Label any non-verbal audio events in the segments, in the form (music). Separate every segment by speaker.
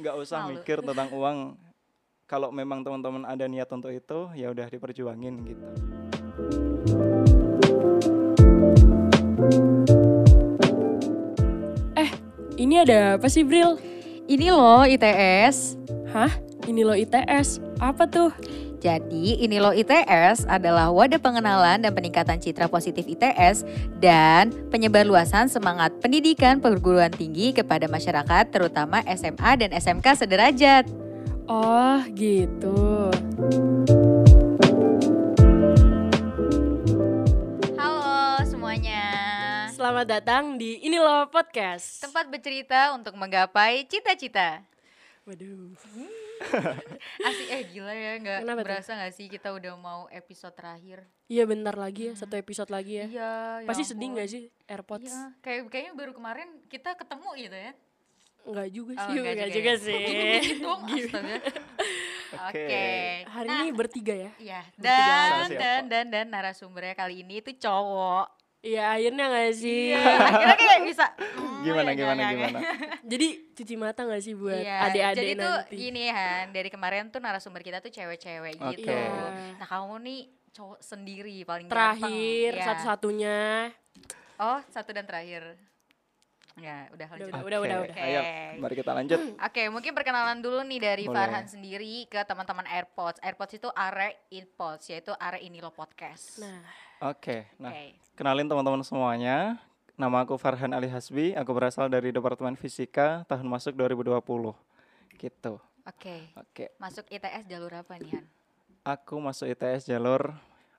Speaker 1: nggak usah
Speaker 2: Malu.
Speaker 1: mikir tentang uang kalau memang teman-teman ada niat untuk itu ya udah diperjuangin gitu
Speaker 2: Oh,
Speaker 3: Ini ada apa sih, Bril?
Speaker 2: Ini loh ITS.
Speaker 3: Hah? Ini lo ITS. Apa tuh?
Speaker 2: Jadi, ini loh ITS adalah wadah pengenalan dan peningkatan citra positif ITS dan penyebarluasan semangat pendidikan perguruan tinggi kepada masyarakat terutama SMA dan SMK sederajat.
Speaker 3: Oh, gitu.
Speaker 2: Halo semuanya.
Speaker 3: Selamat datang di Ini Lo Podcast.
Speaker 2: Tempat bercerita untuk menggapai cita-cita.
Speaker 3: Waduh.
Speaker 2: Asik eh gila ya nggak
Speaker 3: Kenapa tuh?
Speaker 2: berasa nggak sih kita udah mau episode terakhir?
Speaker 3: Iya, bentar lagi ya, satu episode lagi ya.
Speaker 2: Iya. ya
Speaker 3: Pasti sedih
Speaker 2: ampun.
Speaker 3: nggak sih AirPods?
Speaker 2: Iya, kayak kayaknya baru kemarin kita ketemu gitu ya.
Speaker 3: Enggak juga
Speaker 2: Oh,
Speaker 3: sih,
Speaker 2: nggak
Speaker 3: nggak
Speaker 2: juga
Speaker 3: juga,
Speaker 2: ya. (laughs)
Speaker 3: sih.
Speaker 2: Dikit
Speaker 3: (laughs)
Speaker 2: dong, astaga.
Speaker 1: Oke.
Speaker 2: Oke.
Speaker 3: Hari
Speaker 2: Nah,
Speaker 3: ini bertiga ya.
Speaker 2: Iya,
Speaker 1: Salah
Speaker 2: dan
Speaker 1: siapa?
Speaker 2: dan dan dan narasumbernya kali ini itu cowok. Iya,
Speaker 3: Iya, akhirnya nggak sih?
Speaker 2: Akhirnya kayak
Speaker 1: (laughs)
Speaker 2: bisa. mm,
Speaker 1: gimana
Speaker 2: ya,
Speaker 1: gimana
Speaker 2: ya, ya.
Speaker 1: gimana
Speaker 3: Jadi cuci mata nggak sih buat
Speaker 2: Iya,
Speaker 3: adik-adik
Speaker 2: Jadi tuh
Speaker 3: nanti?
Speaker 2: gini Han, dari kemarin tuh narasumber kita tuh cewek-cewek gitu.
Speaker 1: Oke.
Speaker 2: Nah, kamu nih cowok sendiri paling ganteng.
Speaker 3: Terakhir,
Speaker 2: Iya.
Speaker 3: satu-satunya.
Speaker 2: Oh, satu dan terakhir. Ya, (laughs) udah lanjut.
Speaker 3: Udah, udah, udah,
Speaker 1: Oke,
Speaker 3: udah.
Speaker 1: ayo mari kita lanjut
Speaker 2: Oke, mungkin perkenalan dulu nih dari
Speaker 1: Boleh.
Speaker 2: Farhan sendiri ke teman-teman AirPods. AirPods itu are inpods, yaitu are ini lo podcast.
Speaker 3: Nah,
Speaker 1: oke
Speaker 2: Oke.
Speaker 1: nah kenalin teman-teman semuanya nama aku Farhan Ali Hasbi aku berasal dari departemen fisika tahun masuk 2020 gitu
Speaker 2: Oke.
Speaker 1: oke
Speaker 2: Masuk ITS jalur apa nih, Han?
Speaker 1: aku masuk ITS jalur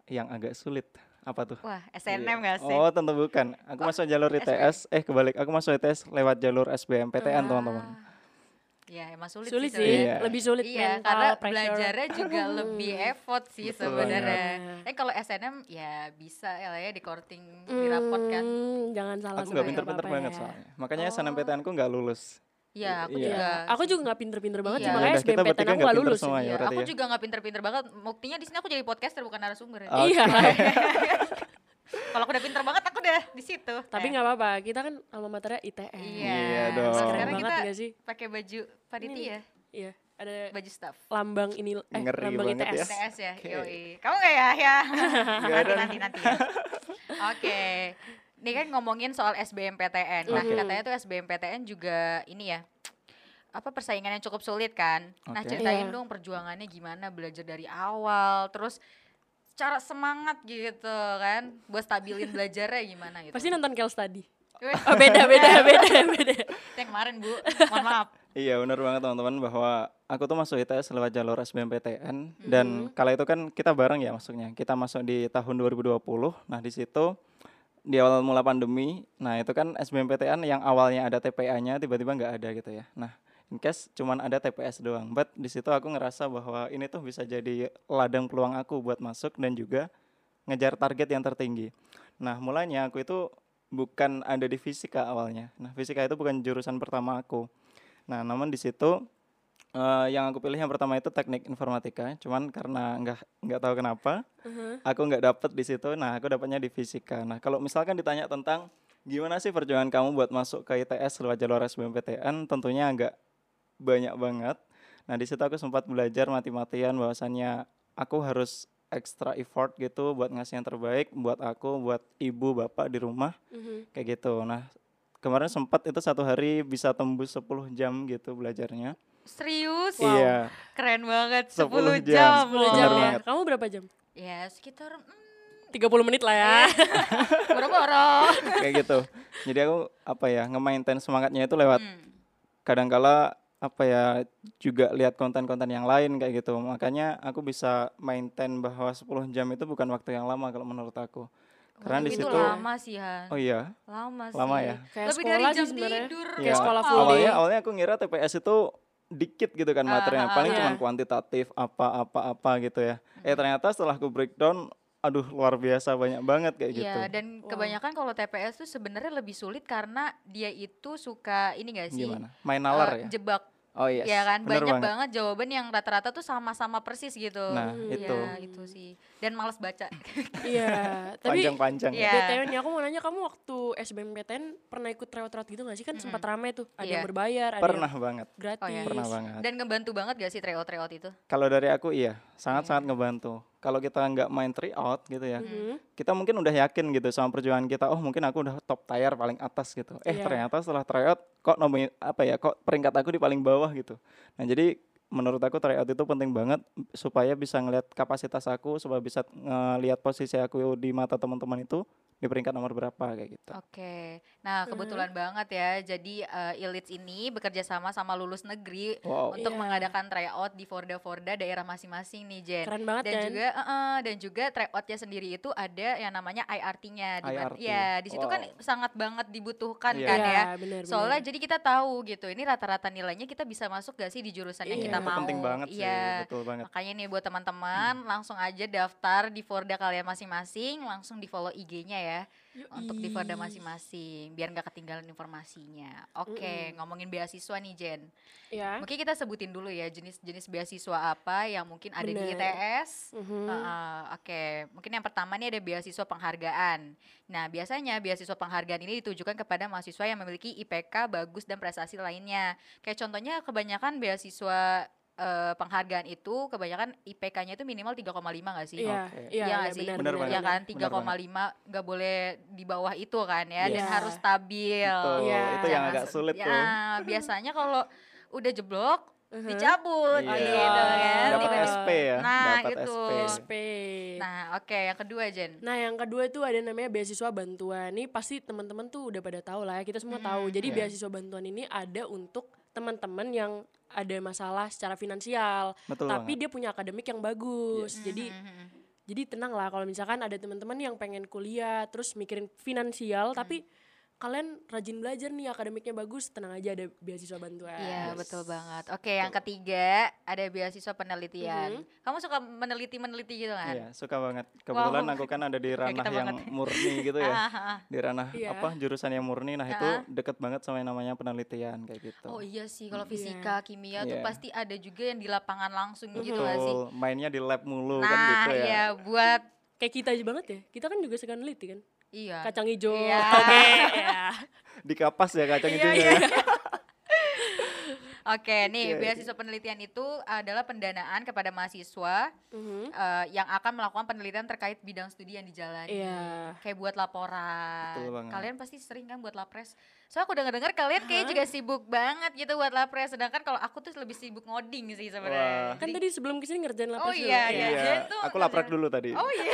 Speaker 1: yang agak sulit apa tuh
Speaker 2: Wah,
Speaker 1: Iya.
Speaker 2: SNM gak sih?
Speaker 1: Oh tentu bukan. Aku masuk jalur ITS. Eh kebalik. Aku masuk ITS lewat jalur
Speaker 2: Ah.
Speaker 1: SBMPTN teman-teman.
Speaker 2: Ya, emang sulit,
Speaker 3: sulit
Speaker 2: sih. sebenarnya.
Speaker 3: sih,
Speaker 1: Iya.
Speaker 3: lebih sulit
Speaker 2: Iya,
Speaker 3: mental
Speaker 2: karena
Speaker 3: pressure.
Speaker 2: belajarnya
Speaker 3: (laughs)
Speaker 2: juga lebih effort sih
Speaker 1: Betul
Speaker 2: sebenarnya.
Speaker 3: banget.
Speaker 2: Eh kalau SNM ya bisa ya lah ya di korting, di rapot kan.
Speaker 3: Hmm, jangan salah
Speaker 1: Aku nggak
Speaker 3: sebut
Speaker 1: pinter-pinter
Speaker 3: apa-apa
Speaker 1: banget
Speaker 3: ya.
Speaker 1: soalnya. Makanya
Speaker 2: Oh.
Speaker 1: SNMPTN ku nggak lulus.
Speaker 2: Ya, aku
Speaker 1: Iya.
Speaker 2: juga.
Speaker 3: Iya. Aku juga nggak pinter-pinter banget
Speaker 2: Iya.
Speaker 3: sih, makanya
Speaker 1: Yaudah, kita
Speaker 3: SBMPTN
Speaker 1: bertiga
Speaker 3: aku
Speaker 1: nggak
Speaker 3: nggak
Speaker 1: pinter
Speaker 3: lulus.
Speaker 1: semua ya,
Speaker 2: Iya,
Speaker 3: Iya.
Speaker 1: berarti
Speaker 2: aku juga nggak pinter-pinter banget. Buktinya di sini aku jadi podcaster bukan narasumber. ya.
Speaker 1: Oke.
Speaker 3: Iya.
Speaker 2: Kalau aku udah pinter banget, aku udah di situ.
Speaker 3: (laughs) Tapi
Speaker 2: Eh,
Speaker 3: nggak apa-apa, kita kan alma maternya ITS.
Speaker 2: Iya.
Speaker 1: Iya
Speaker 2: Terus
Speaker 1: dong.
Speaker 3: Keren
Speaker 2: Sekarang
Speaker 3: banget
Speaker 2: kita
Speaker 3: nggak sih?
Speaker 2: pakai baju panitia,
Speaker 3: Iya. Ada
Speaker 2: baju staff.
Speaker 3: lambang ini, eh
Speaker 1: Ngeri
Speaker 3: lambang
Speaker 1: banget
Speaker 3: ITS.
Speaker 1: ya.
Speaker 2: ITS ya,
Speaker 1: Oke.
Speaker 2: yoi. Kamu nggak ya, ya?
Speaker 1: (laughs) Nggak
Speaker 2: nanti,
Speaker 1: ada.
Speaker 2: nanti, nanti. ya. Oke. Ini kan ngomongin soal SBMPTN. Nah,
Speaker 1: Oke.
Speaker 2: katanya tuh SBMPTN juga ini ya, apa persaingan yang cukup sulit kan. Nah,
Speaker 1: Oke.
Speaker 2: ceritain
Speaker 3: Iya.
Speaker 2: dong perjuangannya gimana, belajar dari awal, terus cara semangat gitu kan, buat stabilin
Speaker 3: (laughs)
Speaker 2: belajarnya gimana
Speaker 1: ya.
Speaker 2: gitu.
Speaker 3: Pasti nonton Kel Study.
Speaker 2: Weh,
Speaker 3: Oh, beda, (laughs) beda, beda, beda.
Speaker 2: itu (laughs) yang kemarin Bu, mohon maaf.
Speaker 1: Iya benar banget teman-teman bahwa aku tuh masuk ITS lewat jalur SBMPTN dan kala itu kan kita bareng ya maksudnya. Kita masuk di tahun 2020. Nah, di situ di awal mula pandemi, nah itu kan SBMPTN yang awalnya ada TPA-nya tiba-tiba nggak ada gitu ya. Nah, in case cuman ada TPS doang. But di situ aku ngerasa bahwa ini tuh bisa jadi ladang peluang aku buat masuk dan juga ngejar target yang tertinggi. Nah, mulanya aku itu bukan ada di fisika awalnya. Nah, fisika itu bukan jurusan pertama aku. Nah, namun di situ eh, yang aku pilih yang pertama itu teknik informatika. Cuman karena nggak nggak tahu kenapa, aku nggak dapet di situ. Nah, aku dapatnya di fisika. Nah, kalau misalkan ditanya tentang gimana sih perjuangan kamu buat masuk ke ITS lewat jalur SBMPTN, tentunya agak banyak banget. Nah, di situ aku sempat belajar mati-matian bahwasannya aku harus extra effort gitu buat ngasih yang terbaik buat aku, buat ibu, bapak di rumah
Speaker 3: Mhm.
Speaker 1: kayak gitu. Nah, kemarin sempat itu satu hari bisa tembus 10 jam gitu belajarnya.
Speaker 2: Serius?
Speaker 1: Iya,
Speaker 2: Keren banget, 10
Speaker 1: 10
Speaker 2: jam.
Speaker 1: jam.
Speaker 3: 10 jam
Speaker 1: Bener
Speaker 3: ya.
Speaker 1: banget.
Speaker 3: Kamu berapa jam?
Speaker 2: Ya, sekitar mm,
Speaker 3: 30 menit lah ya.
Speaker 2: boro-boro.
Speaker 1: kayak gitu. Jadi aku apa ya, ngemaintain semangatnya itu lewat
Speaker 2: Hmm.
Speaker 1: kadangkala apa ya juga lihat konten-konten yang lain kayak gitu. Makanya aku bisa maintain bahwa 10 jam itu bukan waktu yang lama kalau menurut aku. Karena
Speaker 2: Waktu
Speaker 1: di
Speaker 2: Oh, itu
Speaker 1: situ
Speaker 2: lama sih Han.
Speaker 1: Oh iya,
Speaker 2: Lama sih.
Speaker 1: lama ya.
Speaker 3: Kayak
Speaker 2: Lebih dari
Speaker 3: sekolah sih
Speaker 2: jam
Speaker 3: sebenarnya.
Speaker 2: tidur.
Speaker 3: Kayak
Speaker 1: Ya,
Speaker 3: sekolah full
Speaker 1: awalnya
Speaker 3: day.
Speaker 1: awalnya aku ngira TPS itu dikit gitu kan
Speaker 2: Ah,
Speaker 1: materinya
Speaker 2: ah,
Speaker 1: paling
Speaker 3: ah.
Speaker 1: cuma kuantitatif apa apa apa gitu ya eh ternyata setelah aku breakdown aduh luar biasa banyak banget kayak gitu
Speaker 2: Iya, dan
Speaker 3: Wow.
Speaker 2: kebanyakan kalau TPS tuh sebenarnya lebih sulit karena dia itu suka ini gak sih?
Speaker 1: gimana main
Speaker 2: eh,
Speaker 1: nalar ya
Speaker 2: Jebak
Speaker 1: Oh iya.
Speaker 2: ya kan
Speaker 1: bener
Speaker 2: banyak banget. jawaban yang rata-rata tuh sama-sama persis gitu
Speaker 1: Nah,
Speaker 2: Iya,
Speaker 1: itu. Nah.
Speaker 2: itu sih dan males baca
Speaker 1: (laughs)
Speaker 3: Iya. Tapi
Speaker 1: Panjang-panjang. ya.
Speaker 2: Iya.
Speaker 3: BTW nih aku mau nanya kamu waktu SBMPTN pernah ikut tryout-tryout gitu gak sih? Kan sempat rame tuh. Ada yang
Speaker 2: Iya.
Speaker 3: berbayar, ada
Speaker 1: Pernah
Speaker 3: yang
Speaker 1: banget.
Speaker 3: gratis.
Speaker 2: Oh, iya.
Speaker 1: Pernah banget.
Speaker 2: dan ngebantu banget gak sih tryout-tryout itu
Speaker 1: Kalau dari aku iya, sangat-sangat ngebantu. Kalau kita nggak main tryout gitu ya,
Speaker 2: Mm-hmm.
Speaker 3: Mhm.
Speaker 1: kita mungkin udah yakin gitu sama perjuangan kita. Oh mungkin aku udah top tier paling atas gitu. Eh
Speaker 3: Iya.
Speaker 1: ternyata setelah tryout kok nomor apa ya, kok peringkat aku di paling bawah gitu. Nah jadi menurut aku tryout itu penting banget supaya bisa ngelihat kapasitas aku, supaya bisa ngelihat posisi aku di mata teman-teman itu di peringkat nomor berapa kayak gitu. Mm-hmm.
Speaker 2: Oke, nah kebetulan banget ya. Jadi eh, Ilits ini bekerja sama sama lulus negeri
Speaker 1: Wow.
Speaker 2: untuk
Speaker 3: Iya.
Speaker 2: mengadakan tryout di Forda-Forda daerah masing-masing nih Jen.
Speaker 3: Keren
Speaker 2: dan
Speaker 3: banget kan?
Speaker 1: Iya.
Speaker 2: juga eh, eh, dan juga tryoutnya sendiri itu ada yang namanya IRT-nya. Di mana-
Speaker 1: IRT.
Speaker 2: Ya, di situ kan
Speaker 1: Wow.
Speaker 2: sangat banget dibutuhkan
Speaker 1: Iya.
Speaker 2: kan
Speaker 3: Iya,
Speaker 2: ya.
Speaker 3: benar, benar.
Speaker 2: Soalnya jadi kita tahu gitu. Ini rata-rata nilainya kita bisa masuk gak sih di jurusan yang
Speaker 3: Iya.
Speaker 2: kita
Speaker 1: itu
Speaker 2: mau?
Speaker 1: penting banget
Speaker 2: Iya.
Speaker 1: sih, betul banget. Hmm.
Speaker 2: Makanya nih buat teman-teman langsung aja daftar di Forda kalian masing-masing, langsung di follow IG-nya ya
Speaker 3: Yoi.
Speaker 2: untuk di Forda masing-masing biar nggak ketinggalan informasinya. Oke, ngomongin beasiswa nih Jen.
Speaker 3: Iya.
Speaker 2: Mungkin kita sebutin dulu ya jenis-jenis beasiswa apa yang mungkin ada di
Speaker 3: Bener.
Speaker 2: ITS.
Speaker 3: Mhm.
Speaker 2: Heeh, Oke, mungkin yang pertama nih ada beasiswa penghargaan. Nah, biasanya beasiswa penghargaan ini ditujukan kepada mahasiswa yang memiliki IPK bagus dan prestasi lainnya. Kayak contohnya kebanyakan beasiswa eh, penghargaan itu kebanyakan IPK-nya itu minimal 3,5 nggak sih?
Speaker 3: Iya,
Speaker 1: Oke.
Speaker 2: Iya
Speaker 3: iya, iya,
Speaker 2: nggak sih?
Speaker 3: benar,
Speaker 1: Benar
Speaker 3: benar.
Speaker 1: banget.
Speaker 2: Ya kan
Speaker 1: Benar
Speaker 2: 3,5 nggak boleh di bawah itu kan ya dan
Speaker 3: Yes.
Speaker 2: harus stabil.
Speaker 1: Betul,
Speaker 3: Iya.
Speaker 1: itu yang
Speaker 2: Jangan
Speaker 1: agak
Speaker 2: se-
Speaker 1: sulit
Speaker 2: ya,
Speaker 1: tuh.
Speaker 2: biasanya kalau udah jeblok
Speaker 3: Mhm.
Speaker 2: dicabut
Speaker 1: Iya.
Speaker 2: gitu
Speaker 1: Dapat
Speaker 2: kan. Tiba-tiba-
Speaker 1: SP ya,
Speaker 2: Nah,
Speaker 1: dapat
Speaker 2: gitu.
Speaker 1: SP.
Speaker 3: SP.
Speaker 2: Nah, oke yang kedua Jen.
Speaker 3: Nah, yang kedua itu ada namanya beasiswa bantuan. Nih pasti teman-teman tuh udah pada tahu lah ya. Kita semua tahu.
Speaker 2: Mm-hmm.
Speaker 3: Jadi
Speaker 1: Iya.
Speaker 3: beasiswa bantuan ini ada untuk teman-teman yang ada masalah secara finansial,
Speaker 1: Betul banget.
Speaker 3: tapi
Speaker 1: Iya.
Speaker 3: dia punya akademik yang
Speaker 1: Yes.
Speaker 3: bagus. Jadi
Speaker 2: Mhm.
Speaker 3: jadi tenang lah kalau misalkan ada teman-teman yang pengen kuliah terus mikirin
Speaker 2: Hmm.
Speaker 3: finansial tapi kalian rajin belajar nih akademiknya bagus, tenang aja ada beasiswa bantuan.
Speaker 2: Iya,
Speaker 3: Yes.
Speaker 2: betul banget. Oke, yang ketiga ada beasiswa penelitian. Mm-hmm. Kamu suka meneliti-meneliti gitu kan?
Speaker 1: Iya, suka banget. Kebetulan
Speaker 2: Wow.
Speaker 1: aku kan ada di ranah
Speaker 2: kita
Speaker 1: yang
Speaker 2: banget.
Speaker 1: murni gitu ya.
Speaker 2: Ah, ah.
Speaker 1: Di ranah
Speaker 3: Iya.
Speaker 1: apa jurusan yang murni nah itu deket banget sama yang namanya penelitian kayak gitu.
Speaker 2: Oh iya sih, kalau fisika, kimia
Speaker 1: Iya.
Speaker 2: tuh pasti ada juga yang di lapangan langsung gitu gak sih?
Speaker 1: Betul, mainnya di lab mulu kan
Speaker 2: Nah,
Speaker 1: gitu ya.
Speaker 2: iya buat
Speaker 3: Kayak kita aja banget ya. Kita kan juga suka neliti kan.
Speaker 2: iya.
Speaker 3: Kacang hijau. (laughs)
Speaker 2: Iya.
Speaker 3: Iya.
Speaker 1: Di kapas ya kacang
Speaker 3: Iya,
Speaker 1: itu
Speaker 3: iya,
Speaker 1: ya.
Speaker 2: Oke, nih
Speaker 1: Oke.
Speaker 2: beasiswa penelitian itu adalah pendanaan kepada mahasiswa
Speaker 3: Mhm.
Speaker 2: eh, yang akan melakukan penelitian terkait bidang studi yang dijalani.
Speaker 3: Iya.
Speaker 2: Kayak buat laporan.
Speaker 1: Betul banget.
Speaker 2: Kalian pasti sering kan buat lapres. Soalnya aku dengar-dengar kalian kayak juga sibuk banget gitu buat lapres. Sedangkan kalau aku tuh lebih sibuk ngoding sih sebenarnya.
Speaker 1: Wah.
Speaker 3: Kan
Speaker 2: Jadi-
Speaker 3: tadi sebelum kesini ngerjain lapis
Speaker 2: Oh iya,
Speaker 3: dulu.
Speaker 2: iya.
Speaker 1: Iya,
Speaker 2: Itu
Speaker 1: aku laprak dulu tadi.
Speaker 2: Oh
Speaker 3: (laughs)
Speaker 2: iya.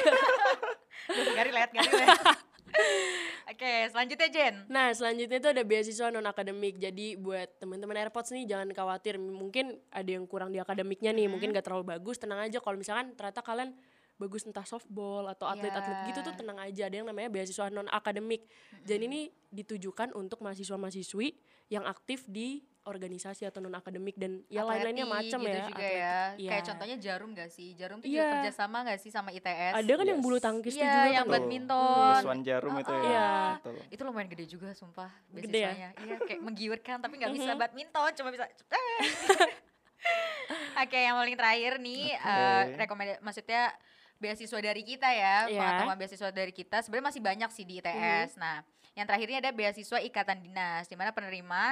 Speaker 2: Duh, gak relate, gak relate. Oke, selanjutnya Jen.
Speaker 3: Nah, selanjutnya itu ada beasiswa non akademik. Jadi buat teman-teman AirPods nih jangan khawatir. Mungkin ada yang kurang di akademiknya nih, mungkin
Speaker 2: Mm-hmm.
Speaker 3: gak terlalu bagus. Tenang aja kalau misalkan ternyata kalian bagus entah softball atau atlet-atlet gitu tuh
Speaker 2: Iya.
Speaker 3: tenang aja. Ada yang namanya beasiswa non akademik. Jadi ini ditujukan untuk mahasiswa-mahasiswi yang aktif di organisasi atau non akademik dan ya lain-lainnya
Speaker 2: Atleti
Speaker 3: macam
Speaker 2: gitu
Speaker 3: ya.
Speaker 2: juga
Speaker 3: atletik.
Speaker 2: ya.
Speaker 3: Iya.
Speaker 2: Kayak contohnya jarum gak sih? Jarum tuh
Speaker 3: Iya.
Speaker 2: juga kerjasama gak sih sama ITS?
Speaker 3: ada kan yang
Speaker 1: Yes.
Speaker 3: bulu tangkis tuh
Speaker 2: Iya,
Speaker 3: juga
Speaker 2: yang
Speaker 3: kan.
Speaker 1: Betul.
Speaker 2: badminton.
Speaker 1: Yuswan Jarum itu ya.
Speaker 3: Iya.
Speaker 1: Betul.
Speaker 2: Itu lumayan gede juga sumpah
Speaker 3: Gede ya?
Speaker 2: beasiswanya. Iya, kayak menggiurkan tapi nggak bisa badminton, cuma bisa Eh. Oke, yang paling terakhir nih
Speaker 1: Oke.
Speaker 2: eh rekomenda- maksudnya beasiswa dari kita ya,
Speaker 3: Iya. Mhm.
Speaker 2: pengetahuan beasiswa dari kita sebenarnya masih banyak sih di ITS. Nah, yang terakhirnya ada beasiswa ikatan dinas di mana penerima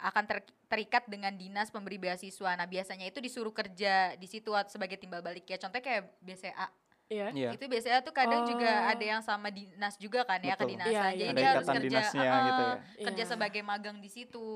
Speaker 2: akan ter- terikat dengan dinas pemberi beasiswa. Nah, biasanya itu disuruh kerja di situ at- sebagai timbal balik ya. Contohnya kayak BCA.
Speaker 3: Iya.
Speaker 1: Iya.
Speaker 2: Itu biasanya tuh kadang
Speaker 3: Oh.
Speaker 2: juga ada yang sama dinas juga kan ya
Speaker 1: Betul.
Speaker 2: kedinasan.
Speaker 3: Iya, iya.
Speaker 2: Jadi
Speaker 1: Ada
Speaker 2: dia harus
Speaker 1: ikatan
Speaker 2: kerja
Speaker 1: dinasnya
Speaker 2: eh,
Speaker 1: gitu ya.
Speaker 2: kerja
Speaker 3: Iya.
Speaker 2: sebagai magang di situ.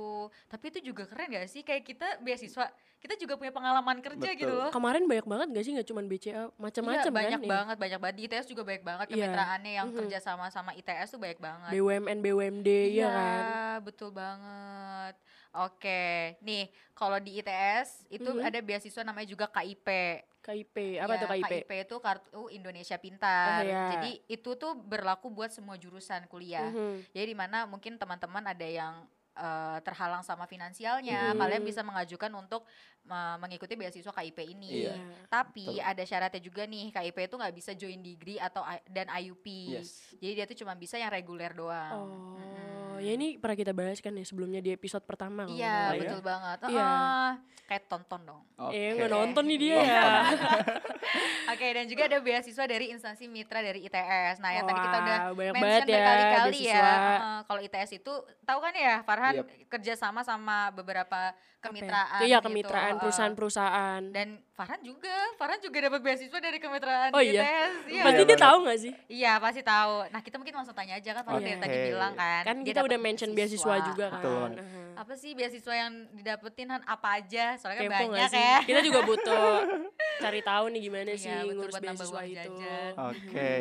Speaker 2: Tapi itu juga keren gak sih kayak kita beasiswa, kita juga punya pengalaman kerja gitu
Speaker 1: Betul.
Speaker 2: loh.
Speaker 3: Kemarin banyak banget gak sih nggak cuma BCA,
Speaker 2: Iya,
Speaker 3: macam-macam
Speaker 2: banyak
Speaker 3: kan? Iya.
Speaker 2: banget, banyak banget. Di ITS juga banyak banget
Speaker 3: Iya.
Speaker 2: kemitraannya yang
Speaker 3: Mhm.
Speaker 2: kerja sama sama ITS tuh banyak banget. Iya.
Speaker 3: BUMN, BUMD, ya kan?
Speaker 2: betul banget. Oke, nih kalau di ITS itu
Speaker 3: Mhm.
Speaker 2: ada beasiswa namanya juga KIP.
Speaker 3: KIP, apa
Speaker 2: Ya,
Speaker 3: tuh KIP?
Speaker 2: itu kartu Indonesia Pintar.
Speaker 3: Ah, ya.
Speaker 2: Jadi itu tuh berlaku buat semua jurusan kuliah.
Speaker 3: Mhm.
Speaker 2: Jadi di mana mungkin teman-teman ada yang eh, terhalang sama finansialnya,
Speaker 3: Mhm.
Speaker 2: kalian bisa mengajukan untuk eh, mengikuti beasiswa KIP ini.
Speaker 1: Iya.
Speaker 2: Tapi
Speaker 1: Betul.
Speaker 2: ada syaratnya juga nih, KIP itu nggak bisa join degree atau I- dan IUP.
Speaker 1: Yes.
Speaker 2: Jadi dia tuh cuma bisa yang reguler doang.
Speaker 3: Oh,
Speaker 2: Mm-mm.
Speaker 3: Oh, ya ini pernah kita bahas kan ya sebelumnya di episode pertama. kalau
Speaker 2: Iya
Speaker 3: nggak salah ya.
Speaker 2: betul banget.
Speaker 3: Iya.
Speaker 2: Ah, kayak tonton dong.
Speaker 3: Eh,
Speaker 1: Oke.
Speaker 3: nggak nonton nih dia ya.
Speaker 2: (laughs) Oke dan juga ada beasiswa dari instansi mitra dari ITS. Nah yang tadi kita udah
Speaker 3: Wah, banyak
Speaker 2: mention
Speaker 3: banget ya
Speaker 2: berkali-kali ya.
Speaker 3: beasiswa.
Speaker 2: Heeh, kalau ITS itu tahu kan ya Farhan
Speaker 1: Yap.
Speaker 2: kerjasama sama beberapa kemitraan.
Speaker 3: Iya,
Speaker 2: gitu,
Speaker 3: kemitraan
Speaker 2: heeh.
Speaker 3: perusahaan-perusahaan.
Speaker 2: Dan Farhan juga, Farhan juga dapat beasiswa dari kemitraan
Speaker 3: Oh iya?
Speaker 2: ITS. Iya.
Speaker 1: Iya
Speaker 3: Pasti dia
Speaker 1: banget.
Speaker 3: tahu nggak sih?
Speaker 2: Iya pasti tahu. Nah kita mungkin langsung tanya aja kan Farhan
Speaker 3: Oke.
Speaker 2: dari tadi bilang kan.
Speaker 3: Kan
Speaker 2: dia
Speaker 3: kita
Speaker 2: dapat
Speaker 3: udah mention beasiswa juga kan.
Speaker 1: Betul.
Speaker 3: Aha.
Speaker 2: Apa sih beasiswa yang didapetin Han apa aja? Soalnya kan
Speaker 3: Kepo nggak
Speaker 2: banyak
Speaker 3: sih?
Speaker 2: ya.
Speaker 3: (laughs) Kita juga butuh
Speaker 2: (laughs)
Speaker 3: cari tahu nih gimana
Speaker 2: Iya,
Speaker 3: sih
Speaker 2: betul,
Speaker 3: ngurus
Speaker 2: buat nambah
Speaker 3: beasiswa
Speaker 2: uang
Speaker 3: itu.
Speaker 2: jajan.
Speaker 1: Oke,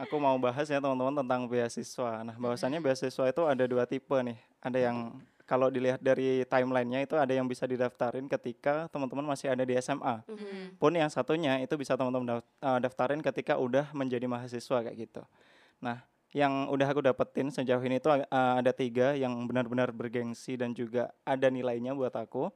Speaker 1: aku mau bahas ya teman-teman tentang beasiswa.
Speaker 2: Iya.
Speaker 1: Nah, bahwasannya beasiswa itu ada dua tipe nih. Ada yang kalau dilihat dari timelinenya itu ada yang bisa didaftarin ketika teman-teman masih ada di SMA.
Speaker 3: Mhm.
Speaker 2: Hmm.
Speaker 1: Pun yang satunya itu bisa teman-teman daf- eh, daftarin ketika udah menjadi mahasiswa kayak gitu. Nah, yang udah aku dapetin sejauh ini itu ag- eh, ada tiga yang benar-benar bergengsi dan juga ada nilainya buat aku.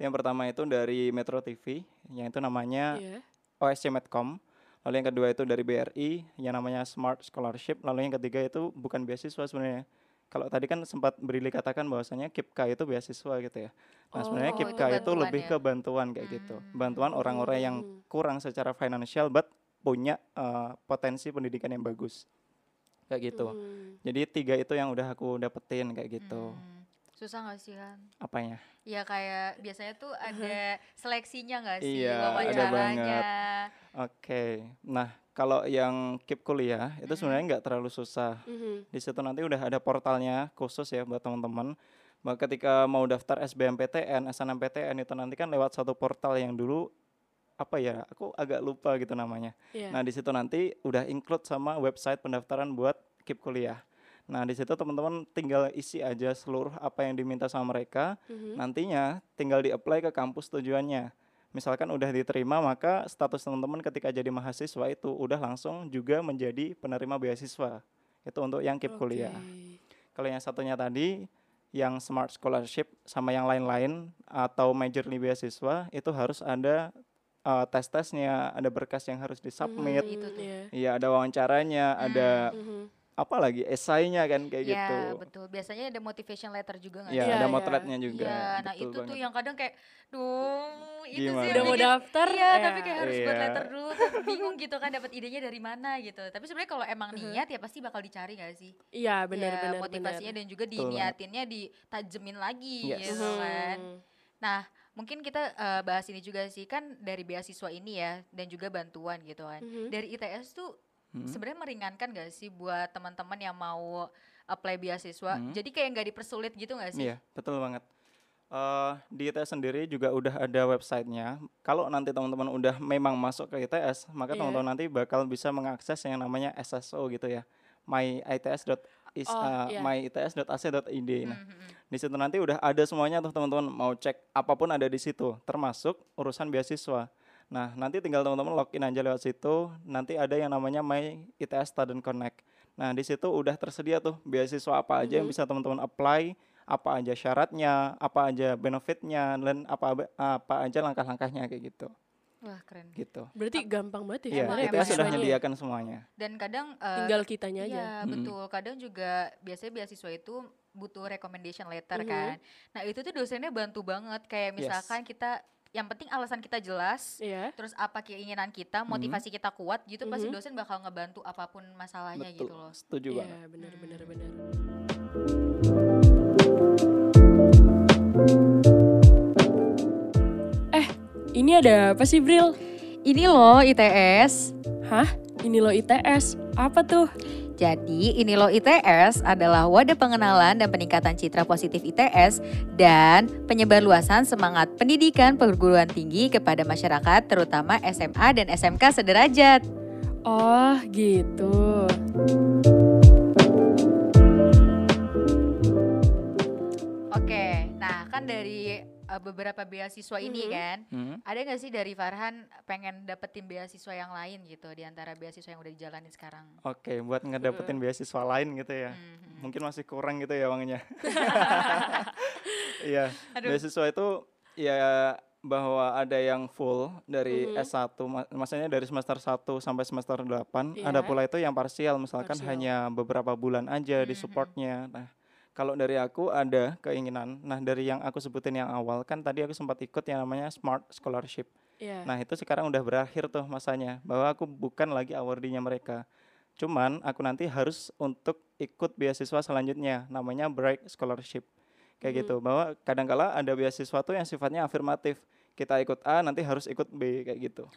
Speaker 1: Yang pertama itu dari Metro TV, yang itu namanya
Speaker 3: Iya.
Speaker 1: OSC Medcom. Lalu yang kedua itu dari BRI yang namanya Smart Scholarship. Lalu yang ketiga itu bukan beasiswa sebenarnya. Kalau tadi kan sempat Brili katakan bahwasannya KIPKA itu beasiswa gitu ya. Nah
Speaker 3: Oh,
Speaker 1: sebenarnya
Speaker 3: oh, itu
Speaker 1: KIPKA itu,
Speaker 2: bantuan
Speaker 1: lebih
Speaker 2: ya?
Speaker 1: ke bantuan kayak gitu. Bantuan orang-orang yang
Speaker 3: Hmm.
Speaker 1: kurang secara financial but punya eh, potensi pendidikan yang bagus. Kayak gitu.
Speaker 3: Hmm.
Speaker 1: Jadi tiga itu yang udah aku dapetin kayak gitu.
Speaker 2: Hmm. Susah gak sih Han?
Speaker 1: Apanya?
Speaker 2: Ya kayak biasanya tuh
Speaker 1: (laughs)
Speaker 2: ada seleksinya gak sih
Speaker 1: Iya, ada
Speaker 2: wawancaranya.
Speaker 1: Oke. Nah, kalau yang KIP kuliah itu sebenarnya nggak terlalu susah.
Speaker 3: Mhm.
Speaker 1: Di situ nanti udah ada portalnya khusus ya buat teman-teman. Bah- Ketika mau daftar SBMPTN, SNMPTN itu nanti kan lewat satu portal yang dulu apa ya? Aku agak lupa gitu namanya.
Speaker 3: Iya.
Speaker 1: Nah, di situ nanti udah include sama website pendaftaran buat KIP kuliah. Nah, di situ teman-teman tinggal isi aja seluruh apa yang diminta sama mereka.
Speaker 2: Hmm?
Speaker 3: Mhm.
Speaker 1: Nantinya tinggal di-apply ke kampus tujuannya. Misalkan udah diterima, maka status teman-teman ketika jadi mahasiswa itu udah langsung juga menjadi penerima beasiswa. Itu untuk yang KIP kuliah.
Speaker 3: Oke.
Speaker 1: Kalau yang satunya tadi, yang smart scholarship sama yang lain-lain atau majorly beasiswa itu harus ada eh, tes-tesnya, ada berkas yang harus disubmit.
Speaker 2: Hmm, Itu tuh. Mm-hmm.
Speaker 1: Iya,
Speaker 3: Iya.
Speaker 1: ada wawancaranya, ada
Speaker 3: Mhm.
Speaker 1: apa lagi esainya kan kayak
Speaker 2: Ya
Speaker 1: gitu.
Speaker 2: Hmm. betul. Biasanya ada motivation letter juga gak
Speaker 1: Iya,
Speaker 2: sih?
Speaker 3: Iya,
Speaker 1: ada
Speaker 3: iya.
Speaker 1: motretnya juga.
Speaker 2: Iya, nah
Speaker 1: betul
Speaker 2: itu tuh
Speaker 1: banget.
Speaker 2: yang kadang kayak, duh,
Speaker 1: Gimana?
Speaker 2: itu sih yang
Speaker 3: Udah mau
Speaker 2: bikin-
Speaker 3: daftar.
Speaker 2: Iya,
Speaker 3: ya.
Speaker 2: tapi kayak harus buat
Speaker 1: Iya.
Speaker 2: letter dulu, terus bingung gitu kan dapat idenya dari mana gitu. Tapi sebenarnya kalau emang
Speaker 3: Uh-huh.
Speaker 2: niat ya pasti bakal dicari gak sih? Ya,
Speaker 3: Iya, benar-benar.
Speaker 2: motivasinya dan juga
Speaker 1: Betul banget.
Speaker 2: diniatinnya ditajemin lagi
Speaker 1: Yes.
Speaker 2: gitu
Speaker 3: Mm-hmm.
Speaker 2: kan. Nah, mungkin kita eh, bahas ini juga sih kan dari beasiswa ini ya dan juga bantuan gitu kan.
Speaker 3: Mhm.
Speaker 2: Dari ITS tuh
Speaker 1: Hmm.
Speaker 2: sebenarnya meringankan gak sih buat teman-teman yang mau apply beasiswa?
Speaker 1: Hmm.
Speaker 2: Jadi kayak nggak dipersulit gitu gak sih?
Speaker 1: Iya, betul banget. Eh, di ITS sendiri juga udah ada websitenya. Kalau nanti teman-teman udah memang masuk ke ITS, maka
Speaker 3: Iya.
Speaker 1: teman-teman nanti bakal bisa mengakses yang namanya SSO gitu ya. myits.is
Speaker 3: Oh,
Speaker 1: eh,
Speaker 3: iya.
Speaker 1: myits.ac.id. Nah,
Speaker 2: Mhm, mhm.
Speaker 1: di situ nanti udah ada semuanya tuh teman-teman mau cek apapun ada di situ, termasuk urusan beasiswa. Nah, nanti tinggal teman-teman login aja lewat situ. Nanti ada yang namanya My ITS Student Connect. Nah, di situ udah tersedia tuh beasiswa apa aja yang bisa teman-teman apply, apa aja syaratnya, apa aja benefitnya, dan apa apa aja langkah-langkahnya kayak gitu.
Speaker 2: Wah keren.
Speaker 1: Gitu.
Speaker 3: Berarti gampang banget ya.
Speaker 1: Iya,
Speaker 2: Emang-
Speaker 3: sebenarnya
Speaker 1: ITS sudah
Speaker 3: beasiswanya ya.
Speaker 1: menyediakan semuanya.
Speaker 2: Dan kadang eh,
Speaker 3: Tinggal kitanya aja.
Speaker 2: Iya
Speaker 1: Mm-mm.
Speaker 2: betul. Kadang juga biasanya beasiswa itu butuh recommendation letter
Speaker 3: Mhm.
Speaker 2: kan. Nah itu tuh dosennya bantu banget. Kayak
Speaker 1: Yes.
Speaker 2: misalkan kita, yang penting alasan kita jelas.
Speaker 3: Iya.
Speaker 2: Terus apa keinginan kita,
Speaker 1: Hmm.
Speaker 2: motivasi kita kuat gitu. Pasti
Speaker 3: Mhm.
Speaker 2: dosen bakal ngebantu apapun masalahnya
Speaker 1: Betul.
Speaker 2: gitu loh.
Speaker 1: Setuju
Speaker 3: Iya,
Speaker 1: banget.
Speaker 3: benar-benar benar. Eh, ini ada apa sih, Bril?
Speaker 2: Ini loh ITS.
Speaker 3: Hah? Ini lo ITS. Apa tuh?
Speaker 2: Jadi, Inilo ITS adalah wadah pengenalan dan peningkatan citra positif ITS dan penyebarluasan semangat pendidikan perguruan tinggi kepada masyarakat terutama SMA dan SMK sederajat.
Speaker 3: Oh, gitu.
Speaker 2: Oke, nah kan dari uh, beberapa beasiswa ini
Speaker 3: Mhm.
Speaker 2: kan,
Speaker 1: Hmm.
Speaker 2: ada nggak sih dari Farhan pengen dapetin beasiswa yang lain gitu di antara beasiswa yang udah dijalanin sekarang?
Speaker 1: Oke, buat ngedapetin beasiswa lain gitu ya.
Speaker 2: Mhm.
Speaker 1: mungkin masih kurang gitu ya uangnya. Iya, beasiswa itu ya bahwa ada yang full dari
Speaker 3: Mhm.
Speaker 1: S1, ma- maksudnya dari semester 1 sampai semester 8.
Speaker 3: Iya.
Speaker 1: Ada pula itu yang parsial, misalkan
Speaker 3: Parsial.
Speaker 1: hanya beberapa bulan aja di
Speaker 2: Mhm.
Speaker 1: supportnya. Nah, Kalau dari aku ada keinginan. Nah, dari yang aku sebutin yang awal kan tadi aku sempat ikut yang namanya Smart Scholarship.
Speaker 3: Iya.
Speaker 1: Nah, itu sekarang udah berakhir tuh masanya bahwa aku bukan lagi awardinya mereka. Cuman aku nanti harus untuk ikut beasiswa selanjutnya namanya Bright Scholarship. Kayak gitu.
Speaker 3: Hmm.
Speaker 1: Bahwa kadangkala ada beasiswa tuh yang sifatnya afirmatif. Kita ikut A nanti harus ikut B kayak gitu.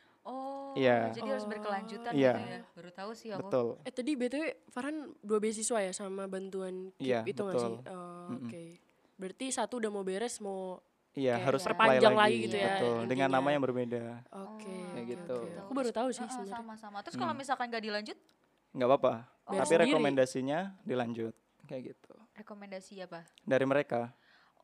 Speaker 2: Oh,
Speaker 1: Iya.
Speaker 2: jadi harus berkelanjutan
Speaker 1: Iya.
Speaker 2: gitu ya. Baru tahu sih aku.
Speaker 1: Betul.
Speaker 3: Eh tadi BTW Farhan dua beasiswa ya sama bantuan KIP
Speaker 1: Iya,
Speaker 3: itu nggak sih?
Speaker 1: betul.
Speaker 3: Oh, Oke. Berarti satu udah mau beres mau
Speaker 1: Iya,
Speaker 3: Kayak
Speaker 1: harus
Speaker 2: ya.
Speaker 1: apply
Speaker 3: perpanjang
Speaker 1: lagi,
Speaker 3: lagi gitu ya,
Speaker 1: Betul. Dengan
Speaker 3: intinya.
Speaker 1: nama yang berbeda.
Speaker 2: Oh,
Speaker 3: oke.
Speaker 1: Kayak
Speaker 3: oke,
Speaker 1: gitu. Hmm.
Speaker 3: oke. Aku baru tahu sih
Speaker 2: Heeh,
Speaker 3: sebenarnya.
Speaker 2: Ah, sama-sama. Terus kalau misalkan gak dilanjut,
Speaker 1: nggak apa-apa.
Speaker 3: Biar
Speaker 1: Tapi
Speaker 3: Oh, sendiri.
Speaker 1: rekomendasinya dilanjut kayak gitu
Speaker 2: rekomendasi apa?
Speaker 1: dari mereka.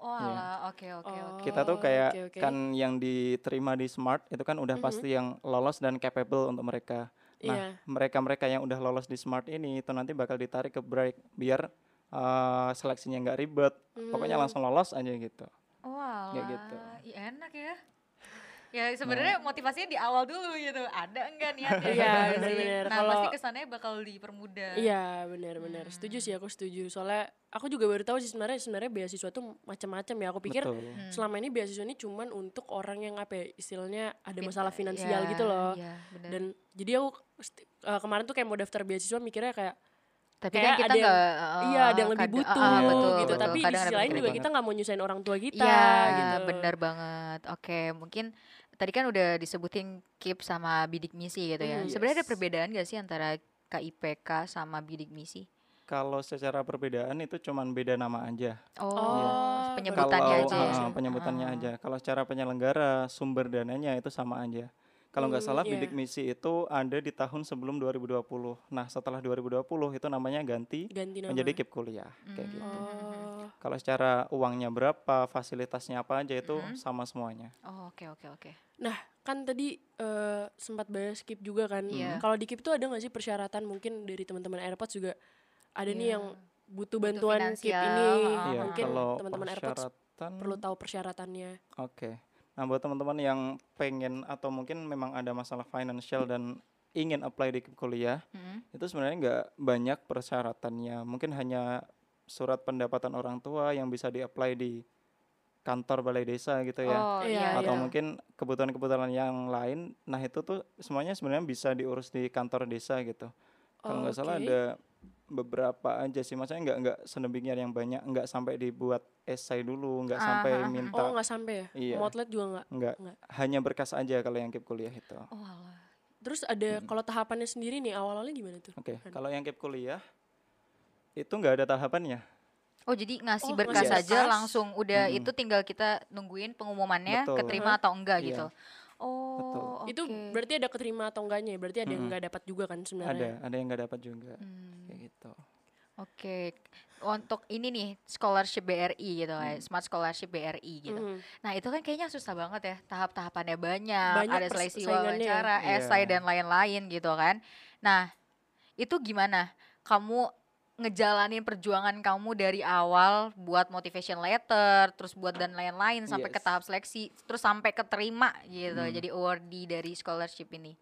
Speaker 2: Oh, alah, oke oke oke.
Speaker 1: Iya. Kita tuh
Speaker 3: Oh,
Speaker 1: kayak
Speaker 3: oke, oke.
Speaker 1: kan yang diterima di Smart itu kan udah pasti yang lolos dan capable untuk mereka.
Speaker 3: Iya.
Speaker 1: Nah, mereka-mereka yang udah lolos di Smart ini itu nanti bakal ditarik ke break biar eh, seleksinya nggak ribet. Pokoknya
Speaker 3: Mm.
Speaker 1: langsung lolos aja gitu.
Speaker 2: Oh, alah.
Speaker 1: Kayak gitu. Nah.
Speaker 2: Ih, enak ya. Ya sebenarnya motivasinya di awal dulu gitu. Ada enggak niatnya? gitu
Speaker 3: (laughs) Iya,
Speaker 2: sih.
Speaker 3: benar-benar.
Speaker 2: Nah,
Speaker 3: Kalau-
Speaker 2: pasti kesannya bakal dipermudah.
Speaker 3: Iya benar-benar
Speaker 2: Hmm.
Speaker 3: setuju sih aku setuju soalnya aku juga baru tahu sih sebenarnya sebenarnya beasiswa tuh macam-macam ya aku pikir
Speaker 1: Betul.
Speaker 2: Hmm.
Speaker 3: selama ini beasiswa ini cuman untuk orang yang apa ya, istilahnya ada
Speaker 2: Fit-
Speaker 3: masalah finansial
Speaker 2: iya,
Speaker 3: gitu loh
Speaker 2: Iya, benar.
Speaker 3: dan jadi aku st- eh, kemarin tuh kayak mau daftar beasiswa mikirnya kayak
Speaker 2: Tapi
Speaker 3: kayak
Speaker 2: kan kita eh,
Speaker 3: ada yang-
Speaker 2: enggak
Speaker 3: iya
Speaker 2: Oh,
Speaker 3: ada yang lebih butuh
Speaker 2: ah,
Speaker 1: betul,
Speaker 3: gitu
Speaker 1: betul.
Speaker 3: tapi di sisi lain juga
Speaker 1: begitu.
Speaker 3: kita nggak mau nyusahin orang tua kita
Speaker 2: Iya,
Speaker 3: gitu
Speaker 2: benar banget. Oke, mungkin tadi kan udah disebutin KIP sama bidik misi gitu ya.
Speaker 3: Mhm.
Speaker 2: Sebenarnya ada
Speaker 1: Yes.
Speaker 2: perbedaan gak sih antara KIPK sama bidik misi?
Speaker 1: Kalau secara perbedaan itu cuman beda nama aja.
Speaker 2: Oh,
Speaker 3: Oh,
Speaker 2: penyebutannya
Speaker 1: Iya. kalau
Speaker 2: aja.
Speaker 3: baru
Speaker 2: ya?
Speaker 1: ah, penyebutannya aja. Kalau secara penyelenggara sumber dananya itu sama aja. Kalau nggak
Speaker 3: Hmm,
Speaker 1: salah
Speaker 3: iya.
Speaker 1: bidik misi itu ada di tahun sebelum 2020. Nah, setelah 2020 itu namanya ganti
Speaker 3: ganti nama
Speaker 1: menjadi KIP kuliah kayak gitu.
Speaker 3: oh
Speaker 1: Kalau secara uangnya berapa, fasilitasnya apa aja itu
Speaker 3: Hmm.
Speaker 1: sama semuanya.
Speaker 2: Oh, oke oke oke.
Speaker 3: Nah, kan tadi eh, sempat bahas skip juga kan.
Speaker 2: Iya.
Speaker 3: Kalau di skip tuh ada nggak sih persyaratan mungkin dari teman-teman AirPods juga ada nih
Speaker 2: Iya.
Speaker 3: yang butuh bantuan skip ini.
Speaker 2: finansial,
Speaker 1: Iya,
Speaker 3: Oh, mungkin
Speaker 1: kalau
Speaker 3: teman-teman AirPods
Speaker 1: persyaratan
Speaker 3: perlu tahu persyaratannya.
Speaker 1: Oke. Nah, buat teman-teman yang pengen atau mungkin memang ada masalah financial dan ingin apply di KIP kuliah,
Speaker 2: Mm.
Speaker 1: itu sebenarnya nggak banyak persyaratannya. Mungkin hanya surat pendapatan orang tua yang bisa di-apply di kantor balai desa gitu ya.
Speaker 2: Oh,
Speaker 3: Iya,
Speaker 2: iya,
Speaker 1: Atau
Speaker 2: iya.
Speaker 1: mungkin kebutuhan-kebutuhan yang lain. Nah, itu tuh semuanya sebenarnya bisa diurus di kantor desa gitu. Kalau nggak salah
Speaker 3: Oke.
Speaker 1: ada beberapa aja sih. Maksudnya nggak nggak sedemikian yang banyak, nggak sampai dibuat esai dulu, nggak sampai
Speaker 2: Ah, ah, ah.
Speaker 1: minta
Speaker 3: Oh, nggak sampai ya?
Speaker 1: Iya.
Speaker 3: Motlet juga nggak.
Speaker 1: Enggak,
Speaker 3: Enggak.
Speaker 1: hanya berkas aja kalau yang KIP kuliah itu.
Speaker 2: Oh, alah.
Speaker 3: Terus ada kalau tahapannya sendiri nih awal-awalnya gimana tuh?
Speaker 1: Oke, kalau yang KIP kuliah itu enggak ada tahapannya.
Speaker 2: Oh, jadi ngasih
Speaker 3: Oh,
Speaker 2: berkas
Speaker 1: ngasih
Speaker 2: aja
Speaker 3: berkas.
Speaker 2: langsung udah
Speaker 1: Mm-mm.
Speaker 2: itu tinggal kita nungguin pengumumannya
Speaker 1: Betul.
Speaker 2: keterima atau enggak
Speaker 1: Iya.
Speaker 2: gitu. Oh, oke.
Speaker 3: Itu berarti ada keterima atau enggaknya ya? Berarti ada yang nggak dapat juga kan
Speaker 1: Ada,
Speaker 3: sebenarnya?
Speaker 1: ada yang enggak dapat juga.
Speaker 2: Hmm,
Speaker 1: Kayak gitu.
Speaker 2: Oke, untuk ini nih scholarship BRI gitu,
Speaker 3: Hmm.
Speaker 2: kayak smart scholarship BRI gitu.
Speaker 3: Mhm.
Speaker 2: Nah itu kan kayaknya susah banget ya, tahap-tahapannya banyak,
Speaker 3: Banyak
Speaker 2: ada
Speaker 3: persa-
Speaker 2: seleksi
Speaker 3: saingannya ya.
Speaker 2: wawancara,
Speaker 1: Iya.
Speaker 2: esai dan lain-lain gitu kan. Nah itu gimana? Kamu ngejalanin perjuangan kamu dari awal buat motivation letter, terus buat dan lain-lain sampai
Speaker 1: Yes.
Speaker 2: ke
Speaker 1: Hmm.
Speaker 2: tahap seleksi, terus sampai keterima gitu, jadi awardee dari scholarship ini.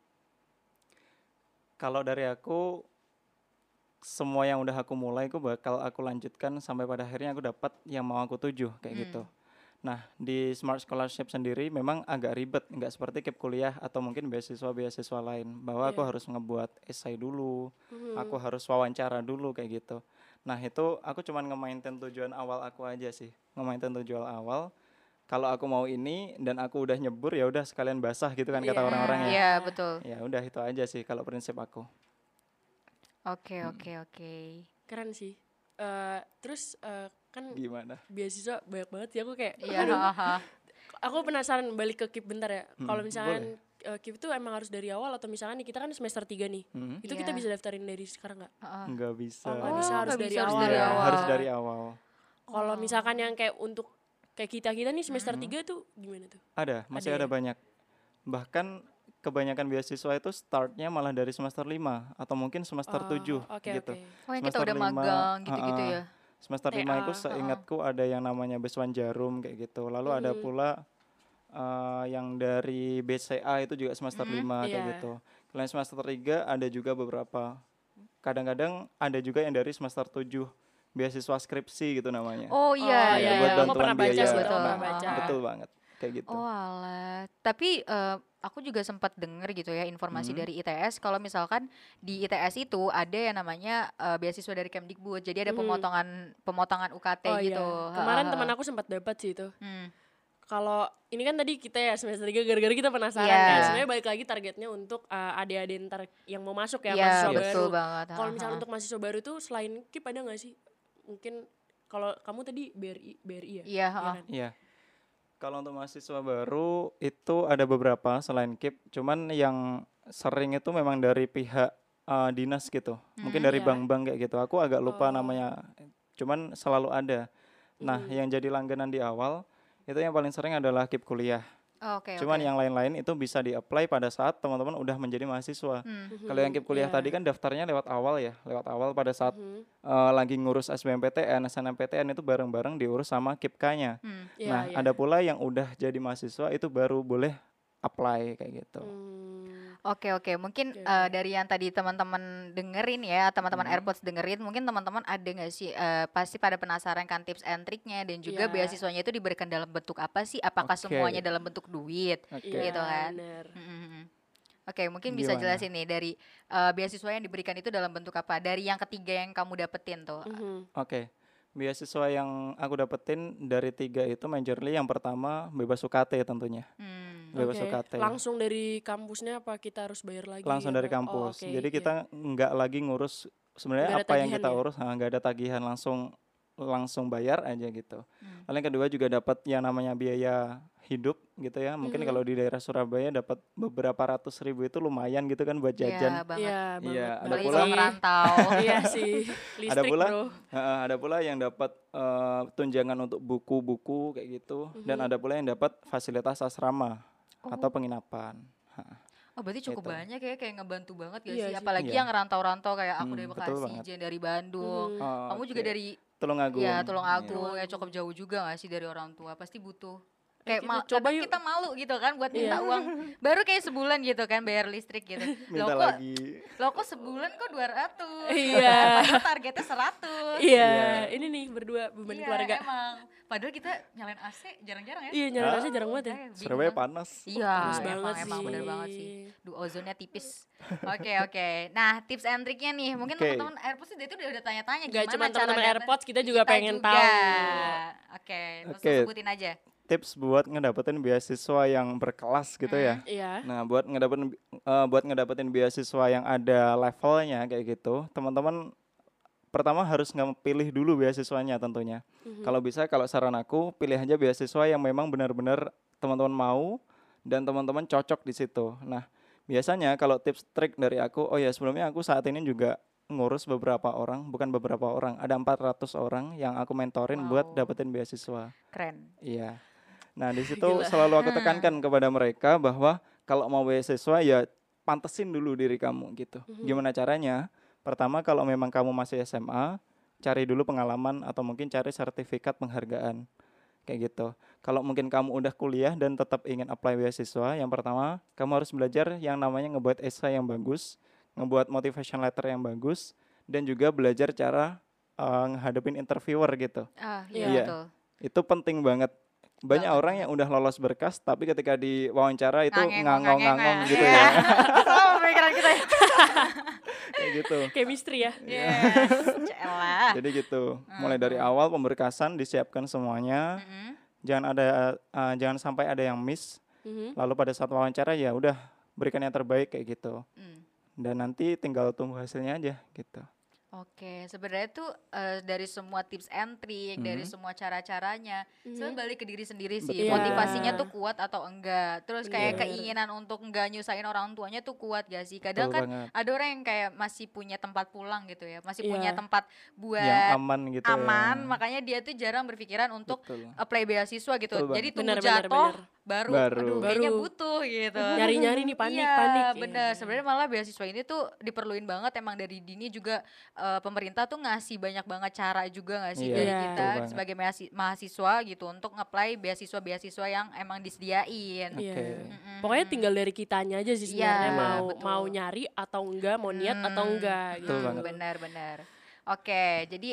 Speaker 1: Kalau dari aku semua yang udah aku mulai aku bakal aku lanjutkan sampai pada akhirnya aku dapat yang mau aku tuju kayak gitu.
Speaker 3: Hmm.
Speaker 1: Nah, di Smart Scholarship sendiri memang agak ribet, nggak seperti KIP kuliah atau mungkin beasiswa-beasiswa lain bahwa aku
Speaker 3: Iya.
Speaker 1: harus ngebuat esai dulu,
Speaker 3: Mhm.
Speaker 1: aku harus wawancara dulu kayak gitu. Nah itu aku cuman nge-maintain tujuan awal aku aja sih, nge-maintain tujuan awal. Kalau aku mau ini dan aku udah nyebur ya udah sekalian basah gitu kan kata
Speaker 3: Iya.
Speaker 1: orang-orang
Speaker 2: Iya
Speaker 1: ya.
Speaker 2: betul.
Speaker 1: Ya udah itu aja sih kalau prinsip aku.
Speaker 2: Oke oke oke.
Speaker 3: Keren sih. Eh, terus eh, kan
Speaker 1: Gimana?
Speaker 3: beasiswa banyak banget ya aku kayak
Speaker 2: Iya.
Speaker 3: aduh,
Speaker 2: haha.
Speaker 3: aku penasaran balik ke KIP bentar ya. Kalau
Speaker 1: Mm,
Speaker 3: misalkan eh, KIP itu emang harus dari awal atau misalkan nih, kita kan semester 3 nih.
Speaker 1: Hmm?
Speaker 3: Itu kita
Speaker 2: Iya.
Speaker 3: bisa daftarin dari sekarang nggak?
Speaker 2: Heeh.
Speaker 1: Nggak bisa.
Speaker 3: Oh, nggak bisa,
Speaker 2: Oh,
Speaker 3: harus
Speaker 2: nggak
Speaker 3: dari
Speaker 2: bisa, harus
Speaker 3: awal.
Speaker 2: dari
Speaker 1: Iya,
Speaker 2: awal. Oh.
Speaker 1: harus dari awal.
Speaker 3: Kalau misalkan yang kayak untuk kayak kita-kita nih semester
Speaker 1: Mm-hmm.
Speaker 3: 3 tuh gimana tuh?
Speaker 1: Ada, masih
Speaker 3: Ada
Speaker 1: ada,
Speaker 3: ya?
Speaker 1: banyak. Bahkan kebanyakan beasiswa itu startnya malah dari semester 5 atau mungkin semester
Speaker 3: Oh,
Speaker 1: 7
Speaker 3: oke,
Speaker 1: gitu.
Speaker 3: oke.
Speaker 2: Oh yang
Speaker 1: Semester
Speaker 2: kita udah
Speaker 1: lima,
Speaker 2: magang gitu-gitu
Speaker 1: heeh.
Speaker 2: ya.
Speaker 1: Semester
Speaker 3: TA,
Speaker 1: 5 itu
Speaker 3: heeh.
Speaker 1: seingatku
Speaker 3: uh-uh.
Speaker 1: ada yang namanya Beswan Jarum kayak gitu. Lalu ada
Speaker 3: Hmm.
Speaker 1: pula eh, yang dari BCA itu juga semester 5 kayak
Speaker 3: iya.
Speaker 1: gitu. Selain semester 3 ada juga beberapa. Kadang-kadang ada juga yang dari semester 7 beasiswa skripsi gitu namanya.
Speaker 2: Oh
Speaker 3: Oh,
Speaker 1: iya,
Speaker 2: iya, iya,
Speaker 1: buat
Speaker 2: iya.
Speaker 3: Aku
Speaker 1: bantuan
Speaker 3: pernah baca,
Speaker 1: biaya.
Speaker 3: sih, aku
Speaker 1: Betul.
Speaker 3: pernah baca.
Speaker 1: Betul banget. Kayak gitu.
Speaker 2: Oh alah. Tapi eh, aku juga sempat dengar gitu ya informasi
Speaker 1: Mhm.
Speaker 2: dari ITS kalau misalkan di ITS itu ada yang namanya eh, beasiswa dari Kemdikbud. Jadi ada
Speaker 3: Mhm.
Speaker 2: pemotongan pemotongan UKT
Speaker 3: Oh, iya.
Speaker 2: gitu.
Speaker 3: Kemarin
Speaker 2: Ha-ha.
Speaker 3: teman aku sempat dapat sih itu.
Speaker 2: Hmm.
Speaker 3: Kalau ini kan tadi kita ya semester 3 gara-gara kita penasaran
Speaker 2: Iya.
Speaker 3: kan. Sebenarnya balik lagi targetnya untuk uh, adik-adik ntar yang mau masuk ya,
Speaker 2: Iya,
Speaker 3: mahasiswa
Speaker 2: betul
Speaker 3: baru.
Speaker 2: banget.
Speaker 3: Kalau misalnya
Speaker 2: Nah, ha-ha.
Speaker 3: untuk mahasiswa baru tuh selain KIP ada nggak sih? Mungkin kalau kamu tadi BRI, BRI
Speaker 2: Iya,
Speaker 3: ya? Iya
Speaker 2: ha-ha.
Speaker 3: kan?
Speaker 1: Iya. Kalau untuk mahasiswa baru itu ada beberapa selain KIP, cuman yang sering itu memang dari pihak eh, dinas gitu. Mungkin
Speaker 2: Hmm,
Speaker 1: dari
Speaker 3: iya.
Speaker 1: bank-bank kayak gitu. Aku agak lupa
Speaker 3: Oh.
Speaker 1: namanya. Cuman selalu ada. Nah,
Speaker 3: Mhm.
Speaker 1: yang jadi langganan di awal itu yang paling sering adalah KIP kuliah.
Speaker 2: Oh, Oke.
Speaker 1: Cuman ya
Speaker 2: oke.
Speaker 1: yang lain-lain itu bisa di-apply pada saat teman-teman udah menjadi mahasiswa.
Speaker 2: Hmm.
Speaker 1: Mm-hmm. Kalau yang KIP kuliah
Speaker 3: Iya.
Speaker 1: tadi kan daftarnya lewat awal ya, lewat awal pada saat
Speaker 3: Mhm.
Speaker 1: eh, lagi ngurus SBMPTN, SNMPTN itu bareng-bareng diurus sama KIPK-nya.
Speaker 2: Hmm.
Speaker 3: Iya,
Speaker 1: Nah,
Speaker 3: iya.
Speaker 1: ada pula yang udah jadi mahasiswa itu baru boleh apply kayak gitu.
Speaker 3: Hmm.
Speaker 2: Oke oke, mungkin
Speaker 3: Oke,
Speaker 2: eh, dari yang tadi teman-teman dengerin ya, teman-teman
Speaker 1: Mhm.
Speaker 2: AirPods dengerin, mungkin teman-teman ada nggak sih eh, pasti pada penasaran kan tips and triknya dan juga
Speaker 3: Iya.
Speaker 2: beasiswanya itu diberikan dalam bentuk apa sih? Apakah
Speaker 1: Oke.
Speaker 2: semuanya dalam bentuk duit?
Speaker 1: Oke.
Speaker 3: Iya,
Speaker 2: Gitu kan.
Speaker 3: bener.
Speaker 2: Mhm, mhm. Oke, mungkin bisa
Speaker 1: Gimana?
Speaker 2: jelasin nih dari eh, beasiswa yang diberikan itu dalam bentuk apa? Dari yang ketiga yang kamu dapetin tuh.
Speaker 1: Mm.
Speaker 3: Mhm.
Speaker 1: Oke. Beasiswa yang aku dapetin dari tiga itu majorly yang pertama bebas UKT tentunya.
Speaker 2: Hmm.
Speaker 1: Bebas
Speaker 3: Oke.
Speaker 1: UKT.
Speaker 3: Langsung dari kampusnya apa kita harus bayar lagi?
Speaker 1: Langsung dari
Speaker 2: Gitu.
Speaker 3: apa? Oh,
Speaker 1: kampus.
Speaker 3: oke,
Speaker 1: Jadi
Speaker 3: iya.
Speaker 1: kita nggak lagi ngurus
Speaker 3: Nggak
Speaker 1: sebenarnya
Speaker 3: ada
Speaker 1: apa yang
Speaker 3: tagihan
Speaker 1: kita
Speaker 3: ya?
Speaker 1: urus, nah, nggak ada tagihan langsung langsung bayar aja gitu.
Speaker 2: Hmm.
Speaker 1: Paling kedua juga dapat yang namanya biaya hidup gitu ya. Mungkin
Speaker 2: Hmm.
Speaker 3: Mhm.
Speaker 1: kalau di daerah Surabaya dapat beberapa ratus ribu itu lumayan gitu kan buat jajan.
Speaker 2: Iya banget.
Speaker 3: Iya, banget.
Speaker 1: Iya, ada
Speaker 2: Apalagi
Speaker 3: Apalagi
Speaker 1: pula-
Speaker 2: kalau
Speaker 1: (laughs)
Speaker 2: merantau.
Speaker 3: iya sih, listrik
Speaker 1: pula-
Speaker 3: bro.
Speaker 1: Heeh, ada pula yang dapat eh, tunjangan untuk buku-buku kayak gitu dan
Speaker 3: Mhm.
Speaker 1: ada pula yang dapat fasilitas asrama atau
Speaker 2: Hmm. Oh.
Speaker 1: penginapan. Heeh.
Speaker 2: Oh berarti cukup
Speaker 1: Gitu.
Speaker 2: banyak ya kayak ngebantu banget gak
Speaker 3: Iya
Speaker 2: sih
Speaker 3: sih.
Speaker 2: apalagi
Speaker 1: Iya.
Speaker 2: yang rantau-rantau kayak aku
Speaker 1: Hmm,
Speaker 2: dari
Speaker 1: betul
Speaker 2: Bekasi,
Speaker 1: banget.
Speaker 2: Jen dari Bandung.
Speaker 3: Mhm.
Speaker 1: Oh,
Speaker 2: Hmm. Kamu juga
Speaker 1: oke.
Speaker 2: dari
Speaker 1: Tulungagung.
Speaker 2: ya Tulungagung
Speaker 3: Iya.
Speaker 2: ya cukup jauh juga gak sih dari orang tua pasti butuh
Speaker 3: Eh,
Speaker 2: kayak
Speaker 3: kita
Speaker 2: mal,
Speaker 3: coba
Speaker 2: kadang
Speaker 3: yuk.
Speaker 2: kita malu gitu kan buat minta
Speaker 3: Iya. (laughs)
Speaker 2: uang baru kayak sebulan gitu kan bayar listrik gitu.
Speaker 1: (laughs) Minta
Speaker 2: Loh, kok-
Speaker 1: lagi.
Speaker 2: Lo kok sebulan kok 200?
Speaker 3: Iya.
Speaker 2: Padahal targetnya 100.
Speaker 3: Iya,
Speaker 1: Iya.
Speaker 3: ini nih berdua beban
Speaker 2: Iya,
Speaker 3: keluarga.
Speaker 2: emang. Padahal kita nyalain AC jarang-jarang ya.
Speaker 3: Iya, nyari
Speaker 1: Ah.
Speaker 3: rasa jarang banget ya.
Speaker 2: Makanya bingung
Speaker 1: Surabaya
Speaker 2: kan.
Speaker 1: panas.
Speaker 2: Iya,
Speaker 3: Panas
Speaker 2: emang,
Speaker 3: banget
Speaker 2: emang
Speaker 3: sih.
Speaker 2: bener banget sih. Duh, ozonnya
Speaker 1: (laughs)
Speaker 2: tipis. Oke, oke. Nah, tips and triknya nih, mungkin
Speaker 1: Oke.
Speaker 2: teman-teman eh, AirPods itu udah udah tanya-tanya
Speaker 3: Gak
Speaker 2: gimana
Speaker 3: cuma
Speaker 2: cara
Speaker 3: teman-teman
Speaker 2: dapat-
Speaker 3: AirPods, kita juga
Speaker 2: Kita
Speaker 3: pengen
Speaker 2: juga.
Speaker 3: tahu.
Speaker 2: Oke, terus
Speaker 1: Oke.
Speaker 2: sebutin aja.
Speaker 1: Tips buat ngedapetin beasiswa yang berkelas gitu ya.
Speaker 3: Iya.
Speaker 1: Nah, buat ngedapetin eh, buat ngedapetin beasiswa yang ada levelnya kayak gitu, teman-teman pertama harus pilih dulu beasiswanya tentunya.
Speaker 3: Mhm.
Speaker 1: Kalau bisa, kalau saran aku, pilih aja beasiswa yang memang benar-benar teman-teman mau dan teman-teman cocok di situ. Nah, biasanya kalau tips trik dari aku, oh ya sebelumnya aku saat ini juga ngurus beberapa orang, bukan beberapa orang, ada 400 orang yang aku mentorin buat
Speaker 2: Wow.
Speaker 1: dapetin beasiswa.
Speaker 2: Keren.
Speaker 1: Iya. Nah, di situ
Speaker 3: Gila.
Speaker 1: selalu aku
Speaker 2: Hmm.
Speaker 1: tekankan kepada mereka bahwa kalau mau beasiswa ya pantesin dulu diri kamu gitu.
Speaker 3: Mhm.
Speaker 1: Gimana caranya? Pertama kalau memang kamu masih SMA, cari dulu pengalaman atau mungkin cari sertifikat penghargaan. Kayak gitu. Kalau mungkin kamu udah kuliah dan tetap ingin apply beasiswa, yang pertama kamu harus belajar yang namanya ngebuat esai yang bagus, ngebuat motivation letter yang bagus dan juga belajar cara eh, ngehadapin interviewer gitu.
Speaker 2: Ah, iya
Speaker 3: Iya.
Speaker 2: betul.
Speaker 1: Itu penting banget. Banyak
Speaker 2: Banget.
Speaker 1: orang yang udah lolos berkas tapi ketika diwawancara itu
Speaker 2: Ngangeng,
Speaker 1: ngangong-ngangong
Speaker 2: ngangeng,
Speaker 1: gitu
Speaker 2: (laughs) ngangeng.
Speaker 1: ya.
Speaker 2: Sama pemikiran kita ya.
Speaker 1: Kayak gitu.
Speaker 3: Chemistry ya.
Speaker 1: Iya.
Speaker 2: Yes, celah.
Speaker 1: Jadi gitu. Mulai dari awal pemberkasan disiapkan semuanya.
Speaker 2: Mm-mm.
Speaker 1: Jangan ada eh, jangan sampai ada yang miss.
Speaker 3: Mhm.
Speaker 1: Lalu pada saat wawancara ya udah berikan yang terbaik kayak gitu.
Speaker 2: Mm.
Speaker 1: Dan nanti tinggal tunggu hasilnya aja gitu.
Speaker 2: Oke, sebenarnya tuh eh, dari semua tips and trick, dari
Speaker 1: Mhm.
Speaker 2: semua cara-caranya,
Speaker 3: Mhm.
Speaker 2: sebenarnya balik ke diri sendiri sih.
Speaker 1: Betul. Iya.
Speaker 2: Motivasinya tuh kuat atau enggak. Terus kayak
Speaker 3: Bener.
Speaker 2: keinginan untuk enggak nyusahin orang tuanya tuh kuat gak sih?
Speaker 1: Betul
Speaker 2: Kadang kan
Speaker 1: banget.
Speaker 2: ada orang yang kayak masih punya tempat pulang gitu ya, masih punya
Speaker 3: Iya.
Speaker 2: tempat buat
Speaker 1: Yang aman gitu ya.
Speaker 2: aman, makaknya dia tuh jarang berpikiran untuk
Speaker 1: Betul.
Speaker 2: apply beasiswa gitu.
Speaker 1: Betul
Speaker 2: Jadi
Speaker 1: banget.
Speaker 2: tunggu
Speaker 3: Benar, benar,
Speaker 2: jatuh
Speaker 3: benar.
Speaker 2: baru,
Speaker 1: Baru.
Speaker 2: aduh kayaknya
Speaker 3: Baru.
Speaker 2: butuh gitu.
Speaker 3: Nyari-nyari nih panik,
Speaker 2: Iya,
Speaker 3: panik.
Speaker 2: benar.
Speaker 3: Iya.
Speaker 2: Sebenarnya malah beasiswa ini tuh diperluin banget emang dari dini juga eh, pemerintah tuh ngasih banyak banget cara juga nggak
Speaker 1: Iya,
Speaker 2: sih dari
Speaker 3: Iya.
Speaker 2: kita
Speaker 1: betul banget.
Speaker 2: sebagai mahasi- mahasiswa gitu untuk nge-apply beasiswa-beasiswa yang emang disediain.
Speaker 3: Iya.
Speaker 1: Oke.
Speaker 2: Mm-mm.
Speaker 3: Pokoknya tinggal dari kitanya aja
Speaker 2: Iya,
Speaker 3: sih sebenarnya mau
Speaker 2: betul.
Speaker 3: mau nyari atau enggak, mau niat atau
Speaker 2: Hmm,
Speaker 3: enggak
Speaker 1: Betul
Speaker 3: gitu.
Speaker 1: banget.
Speaker 2: Benar, benar. Oke, jadi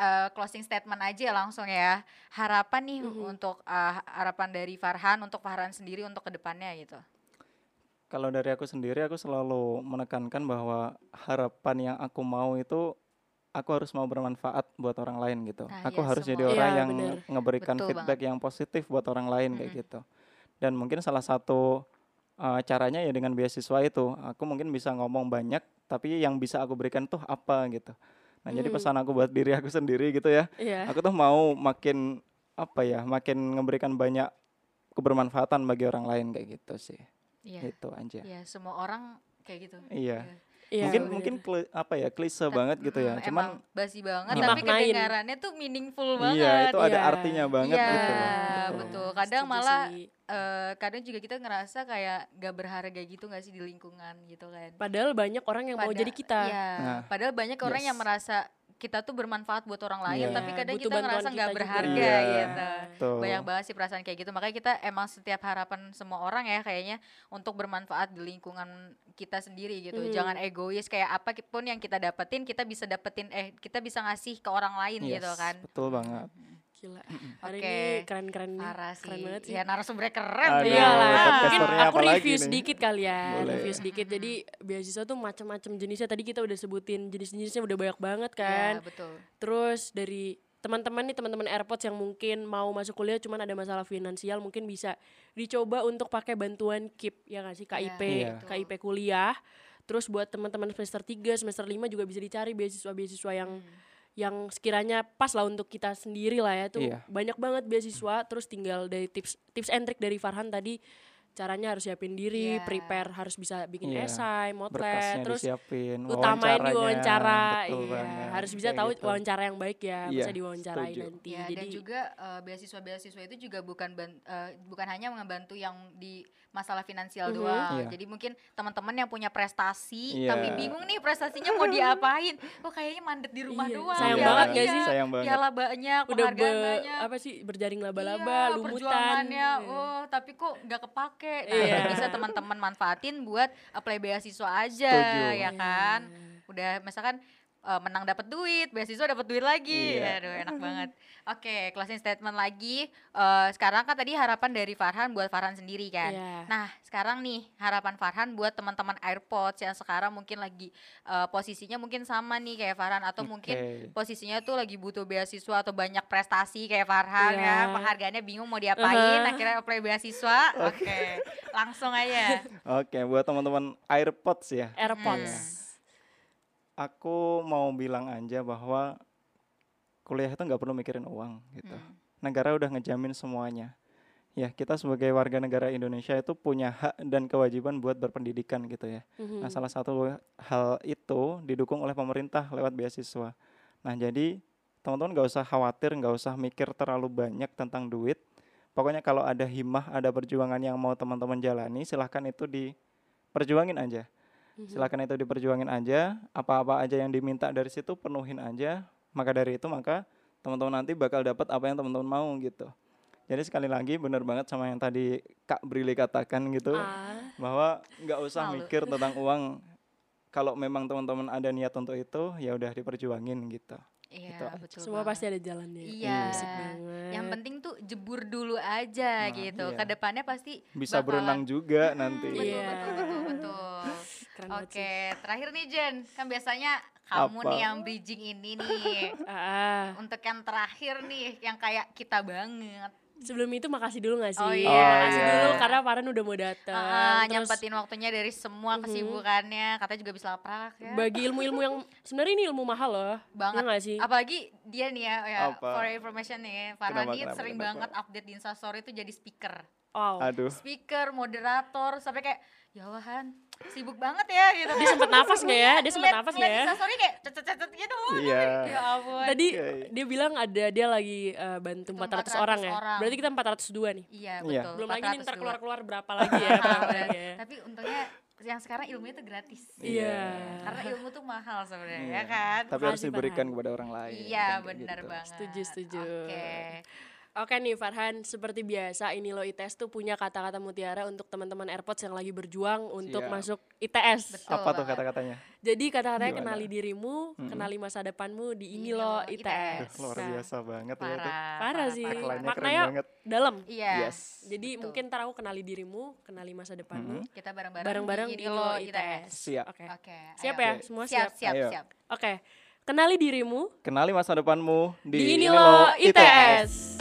Speaker 2: eh, closing statement aja langsung ya. Harapan nih
Speaker 3: Mhm.
Speaker 2: untuk eh, harapan dari Farhan untuk Farhan sendiri untuk kedepannya gitu.
Speaker 1: Kalau dari aku sendiri, aku selalu menekankan bahwa harapan yang aku mau itu aku harus mau bermanfaat buat orang lain gitu.
Speaker 2: Nah,
Speaker 1: aku
Speaker 2: iya,
Speaker 1: harus jadi
Speaker 2: semua.
Speaker 1: orang
Speaker 3: Iya,
Speaker 1: yang
Speaker 3: bener.
Speaker 1: ngeberikan
Speaker 2: Betul
Speaker 1: feedback yang positif buat orang lain kayak
Speaker 2: Mm-mm.
Speaker 1: gitu. Dan mungkin salah satu eh, caranya ya dengan beasiswa itu, aku mungkin bisa ngomong banyak, tapi yang bisa aku berikan tuh apa gitu. Nah, jadi
Speaker 3: Mm.
Speaker 1: pesan aku buat diri aku sendiri gitu ya.
Speaker 3: Iya.
Speaker 2: Eh.
Speaker 1: Aku tuh mau makin apa ya, makin memberikan banyak kebermanfaatan bagi orang lain kayak gitu sih.
Speaker 2: Iya.
Speaker 1: Itu aja.
Speaker 2: Iya, semua orang kayak gitu.
Speaker 1: Iya.
Speaker 2: Iya.
Speaker 3: Iya,
Speaker 1: mungkin
Speaker 3: bener. Kan, hmm,
Speaker 1: mungkin kli- apa ya klise
Speaker 2: Tet-
Speaker 1: banget gitu ya
Speaker 2: Mm,
Speaker 1: cuman
Speaker 2: emang basi banget
Speaker 1: Iya.
Speaker 2: tapi
Speaker 3: Dimaknain.
Speaker 2: kedengarannya tuh meaningful banget.
Speaker 1: iya itu ada
Speaker 3: iya.
Speaker 1: artinya banget
Speaker 2: Iya,
Speaker 1: gitu loh.
Speaker 2: betul. Kadang
Speaker 3: Setuju
Speaker 2: malah
Speaker 3: sih.
Speaker 2: eh, kadang juga kita ngerasa kayak gak berharga gitu gak sih di lingkungan gitu kan.
Speaker 3: padahal banyak orang yang mau
Speaker 2: Pada-
Speaker 3: jadi kita.
Speaker 2: Iya,
Speaker 1: Nah,
Speaker 2: padahal banyak orang yang
Speaker 1: yes.
Speaker 2: merasa kita tuh bermanfaat buat orang
Speaker 1: Iya.
Speaker 2: lain, tapi kadang
Speaker 3: Butuh
Speaker 2: kita
Speaker 3: bantuan
Speaker 2: ngerasa nggak
Speaker 3: kita juga.
Speaker 2: berharga
Speaker 1: Iya.
Speaker 2: gitu.
Speaker 1: Betul.
Speaker 2: Banyak banget sih perasaan kayak gitu. Makanya kita emang setiap harapan semua orang ya kayaknya untuk bermanfaat di lingkungan kita sendiri gitu.
Speaker 3: Mhm.
Speaker 2: Jangan egois kayak apa pun yang kita dapetin kita bisa dapetin eh kita bisa ngasih ke orang lain gitu
Speaker 1: Yes,
Speaker 2: kan.
Speaker 1: Iya, betul banget
Speaker 3: Gila.
Speaker 2: Oke.
Speaker 3: Hari ini keren-keren nih.
Speaker 2: Parah sih.
Speaker 3: Keren banget sih.
Speaker 2: Ya narasumbernya keren
Speaker 1: Aduh,
Speaker 2: ya.
Speaker 3: Iyalah, Iya mungkin
Speaker 1: podcasternya
Speaker 3: aku
Speaker 1: apa lagi
Speaker 3: review
Speaker 1: nih?
Speaker 3: sedikit kali ya,
Speaker 1: Boleh.
Speaker 3: review sedikit. Jadi beasiswa tuh macam-macam jenisnya. Tadi kita udah sebutin jenis-jenisnya udah banyak banget kan.
Speaker 2: Iya, betul.
Speaker 3: Terus dari teman-teman nih teman-teman AirPods yang mungkin mau masuk kuliah cuman ada masalah finansial mungkin bisa dicoba untuk pakai bantuan KIP ya nggak sih KIP
Speaker 1: Iya.
Speaker 3: KIP kuliah. Terus buat teman-teman semester 3, semester 5 juga bisa dicari beasiswa-beasiswa yang yang sekiranya pas lah untuk kita sendiri lah ya tuh.
Speaker 1: Iya.
Speaker 3: Banyak banget beasiswa terus tinggal dari tips tips and trick dari Farhan tadi caranya harus siapin diri,
Speaker 2: Iya.
Speaker 3: prepare harus bisa bikin
Speaker 1: Iya.
Speaker 3: esai, motret,
Speaker 1: berkasnya
Speaker 3: terus
Speaker 1: disiapin
Speaker 3: utamain
Speaker 1: wawancaranya,
Speaker 3: di wawancara
Speaker 1: betul
Speaker 3: iya.
Speaker 1: banget.
Speaker 3: harus bisa
Speaker 1: Kayak
Speaker 3: tahu
Speaker 1: gitu.
Speaker 3: wawancara yang baik ya
Speaker 1: Iya,
Speaker 3: bisa diwawancarai
Speaker 1: setuju.
Speaker 3: nanti
Speaker 2: Ya,
Speaker 3: jadi
Speaker 2: dan juga eh, beasiswa-beasiswa itu juga bukan ban- eh, bukan hanya membantu yang di masalah finansial
Speaker 3: Mhm.
Speaker 2: doang.
Speaker 1: Iya.
Speaker 2: Jadi mungkin teman-teman yang punya prestasi
Speaker 1: Iya.
Speaker 2: tapi bingung nih prestasinya mau diapain. Kok kayaknya mandet di rumah
Speaker 3: Iya,
Speaker 2: doang.
Speaker 3: sayang
Speaker 1: Iya,
Speaker 2: piala
Speaker 3: banget gak sih?
Speaker 1: sayang banget
Speaker 2: Piala banyak,
Speaker 3: udah
Speaker 2: penghargaan
Speaker 3: be-
Speaker 2: banyak.
Speaker 3: apa sih berjaring
Speaker 2: Iya,
Speaker 3: laba-laba lumutan
Speaker 2: perjuangannya, oh tapi kok nggak kepake. Nah,
Speaker 3: Iya.
Speaker 2: bisa teman-teman manfaatin buat apply beasiswa aja,
Speaker 1: Setuju.
Speaker 3: Iya,
Speaker 2: ya kan? Udah misalkan eh, menang dapat duit, beasiswa dapat duit lagi.
Speaker 1: Iya.
Speaker 2: Aduh, enak banget. Oke, closing statement lagi. Eh, sekarang kan tadi harapan dari Farhan buat Farhan sendiri kan.
Speaker 3: Iya.
Speaker 2: Nah, sekarang nih harapan Farhan buat teman-teman AirPods yang sekarang mungkin lagi eh, posisinya mungkin sama nih kayak Farhan atau mungkin
Speaker 1: Oke.
Speaker 2: posisinya tuh lagi butuh beasiswa atau banyak prestasi kayak Farhan
Speaker 3: Iya.
Speaker 2: ya penghargaannya bingung mau diapain
Speaker 3: Uh-huh.
Speaker 2: akhirnya apply beasiswa oke langsung aja
Speaker 1: oke buat teman-teman AirPods ya
Speaker 3: AirPods
Speaker 1: aku mau bilang aja bahwa kuliah itu nggak perlu mikirin uang gitu
Speaker 2: Hmm.
Speaker 1: negara udah ngejamin semuanya ya kita sebagai warga negara Indonesia itu punya hak dan kewajiban buat berpendidikan gitu ya
Speaker 3: Mhm.
Speaker 1: Nah, salah satu hal itu didukung oleh pemerintah lewat beasiswa. Nah, jadi teman-teman nggak usah khawatir, nggak usah mikir terlalu banyak tentang duit. Pokoknya kalau ada himah, ada perjuangan yang mau teman-teman jalani, silahkan itu diperjuangin aja.
Speaker 3: Mhm.
Speaker 2: Iya.
Speaker 1: Silahkan itu diperjuangin aja. Apa-apa aja yang diminta dari situ penuhin aja. Maka dari itu maka teman-teman nanti bakal dapat apa yang teman-teman mau gitu. Jadi sekali lagi benar banget sama yang tadi Kak Brili katakan gitu
Speaker 3: Ah,
Speaker 1: bahwa nggak usah
Speaker 2: Malu.
Speaker 1: mikir tentang uang kalau memang teman-teman ada niat untuk itu ya udah diperjuangin gitu
Speaker 2: iya
Speaker 1: Gitu aja.
Speaker 2: betul
Speaker 3: semua
Speaker 2: banget.
Speaker 3: pasti ada jalannya
Speaker 2: Iya.
Speaker 3: Asik banget.
Speaker 2: yang penting tuh jebur dulu aja
Speaker 1: Nah,
Speaker 2: gitu
Speaker 1: iya.
Speaker 2: kedepannya pasti
Speaker 1: bisa berenang
Speaker 2: bakalan-
Speaker 1: juga
Speaker 2: Hmm,
Speaker 1: nanti
Speaker 2: betul,
Speaker 3: Iya.
Speaker 2: betul betul
Speaker 3: (laughs)
Speaker 2: betul
Speaker 3: Keren
Speaker 2: oke
Speaker 3: banget sih.
Speaker 2: terakhir nih Jen kan biasanya kamu
Speaker 1: Apa?
Speaker 2: nih yang bridging ini
Speaker 3: (laughs)
Speaker 2: nih
Speaker 3: Ah, ah.
Speaker 2: untuk yang terakhir nih yang kayak kita banget
Speaker 3: sebelum itu makasih dulu gak sih
Speaker 2: Oh, iya.
Speaker 3: makasih
Speaker 1: Oh, iya.
Speaker 3: dulu karena Farhan udah mau datang
Speaker 2: Ah,
Speaker 3: Terus
Speaker 2: nyempetin waktunya dari semua
Speaker 3: Mhm.
Speaker 2: kesibukannya, katanya juga bisa laprak ya.
Speaker 3: bagi ilmu-ilmu yang sebenarnya ini ilmu mahal loh
Speaker 2: banget.
Speaker 3: Iya nggak sih
Speaker 2: Apalagi dia nih ya, ya
Speaker 1: Apa?
Speaker 2: for information nih, Farhan
Speaker 1: Kenapa,
Speaker 2: nih
Speaker 1: kenapa,
Speaker 2: sering
Speaker 1: kenapa?
Speaker 2: banget update di Instastory itu jadi speaker.
Speaker 3: wow
Speaker 1: aduh
Speaker 2: Speaker, moderator, sampai kayak ya Allah, Han, sibuk banget ya gitu.
Speaker 3: dia sempet nafas gak ya dia sempet
Speaker 2: Ngeliat-
Speaker 3: nafas gak
Speaker 2: ngeliat
Speaker 3: ya
Speaker 2: Instastory kayak cetet-cetet gitu.
Speaker 1: Iya.
Speaker 2: Ya ampun.
Speaker 3: Tadi
Speaker 1: Oke.
Speaker 3: dia bilang ada dia lagi eh, bantu
Speaker 2: Itu 400
Speaker 3: 400, orang ya.
Speaker 2: orang.
Speaker 3: Berarti kita 402 nih.
Speaker 2: Iya,
Speaker 1: Iya.
Speaker 2: betul.
Speaker 3: Belum lagi nih ntar
Speaker 2: 402.
Speaker 3: keluar-keluar berapa lagi
Speaker 2: (laughs)
Speaker 3: ya.
Speaker 2: Ah,
Speaker 3: berapa lagi ya.
Speaker 2: Tapi untungnya yang sekarang ilmunya tuh gratis.
Speaker 3: Iya.
Speaker 2: Karena ilmu tuh mahal sebenarnya
Speaker 1: Iya.
Speaker 2: ya kan.
Speaker 1: tapi harus
Speaker 3: Makasih,
Speaker 1: diberikan
Speaker 3: Farhan.
Speaker 1: kepada orang lain
Speaker 2: Iya
Speaker 1: kan kayak
Speaker 2: benar
Speaker 1: gitu.
Speaker 2: banget.
Speaker 3: Setuju, setuju.
Speaker 2: Oke.
Speaker 3: Oke nih Farhan, seperti biasa ini lo ITS E tuh punya kata-kata mutiara untuk teman-teman AirPods yang lagi berjuang untuk
Speaker 1: Siap.
Speaker 3: masuk E ITS.
Speaker 2: Betul
Speaker 1: Apa tuh
Speaker 2: banget.
Speaker 1: kata-katanya?
Speaker 3: Jadi kata-katanya
Speaker 1: Gimana?
Speaker 3: kenali dirimu, kenali masa depanmu di ini
Speaker 2: Ini
Speaker 3: lo
Speaker 2: Lo
Speaker 3: ITS.
Speaker 1: Aduh,
Speaker 2: ITS.
Speaker 1: luar
Speaker 3: Nah,
Speaker 1: biasa banget ya itu.
Speaker 2: Parah.
Speaker 3: Parah sih.
Speaker 1: Tagline-nya
Speaker 2: parah.
Speaker 1: keren
Speaker 3: Maknanya-
Speaker 1: banget.
Speaker 3: Dalam.
Speaker 2: Iya.
Speaker 1: Yes.
Speaker 3: Jadi
Speaker 2: Betul.
Speaker 3: mungkin ntar aku kenali dirimu, kenali masa depanmu,
Speaker 2: kita bareng-bareng.
Speaker 3: bareng-bareng
Speaker 2: di
Speaker 3: di
Speaker 2: Ini Lo
Speaker 3: lo ITS.
Speaker 1: Siap.
Speaker 3: E. Oke.
Speaker 2: Oke.
Speaker 3: Siap
Speaker 2: ayo.
Speaker 3: ya, semua siap.
Speaker 2: Siap, siap,
Speaker 1: Ayo.
Speaker 2: siap.
Speaker 3: Oke. Kenali dirimu
Speaker 1: Kenali masa depanmu di,
Speaker 3: di ini
Speaker 1: Ini Lo
Speaker 3: lo ITS.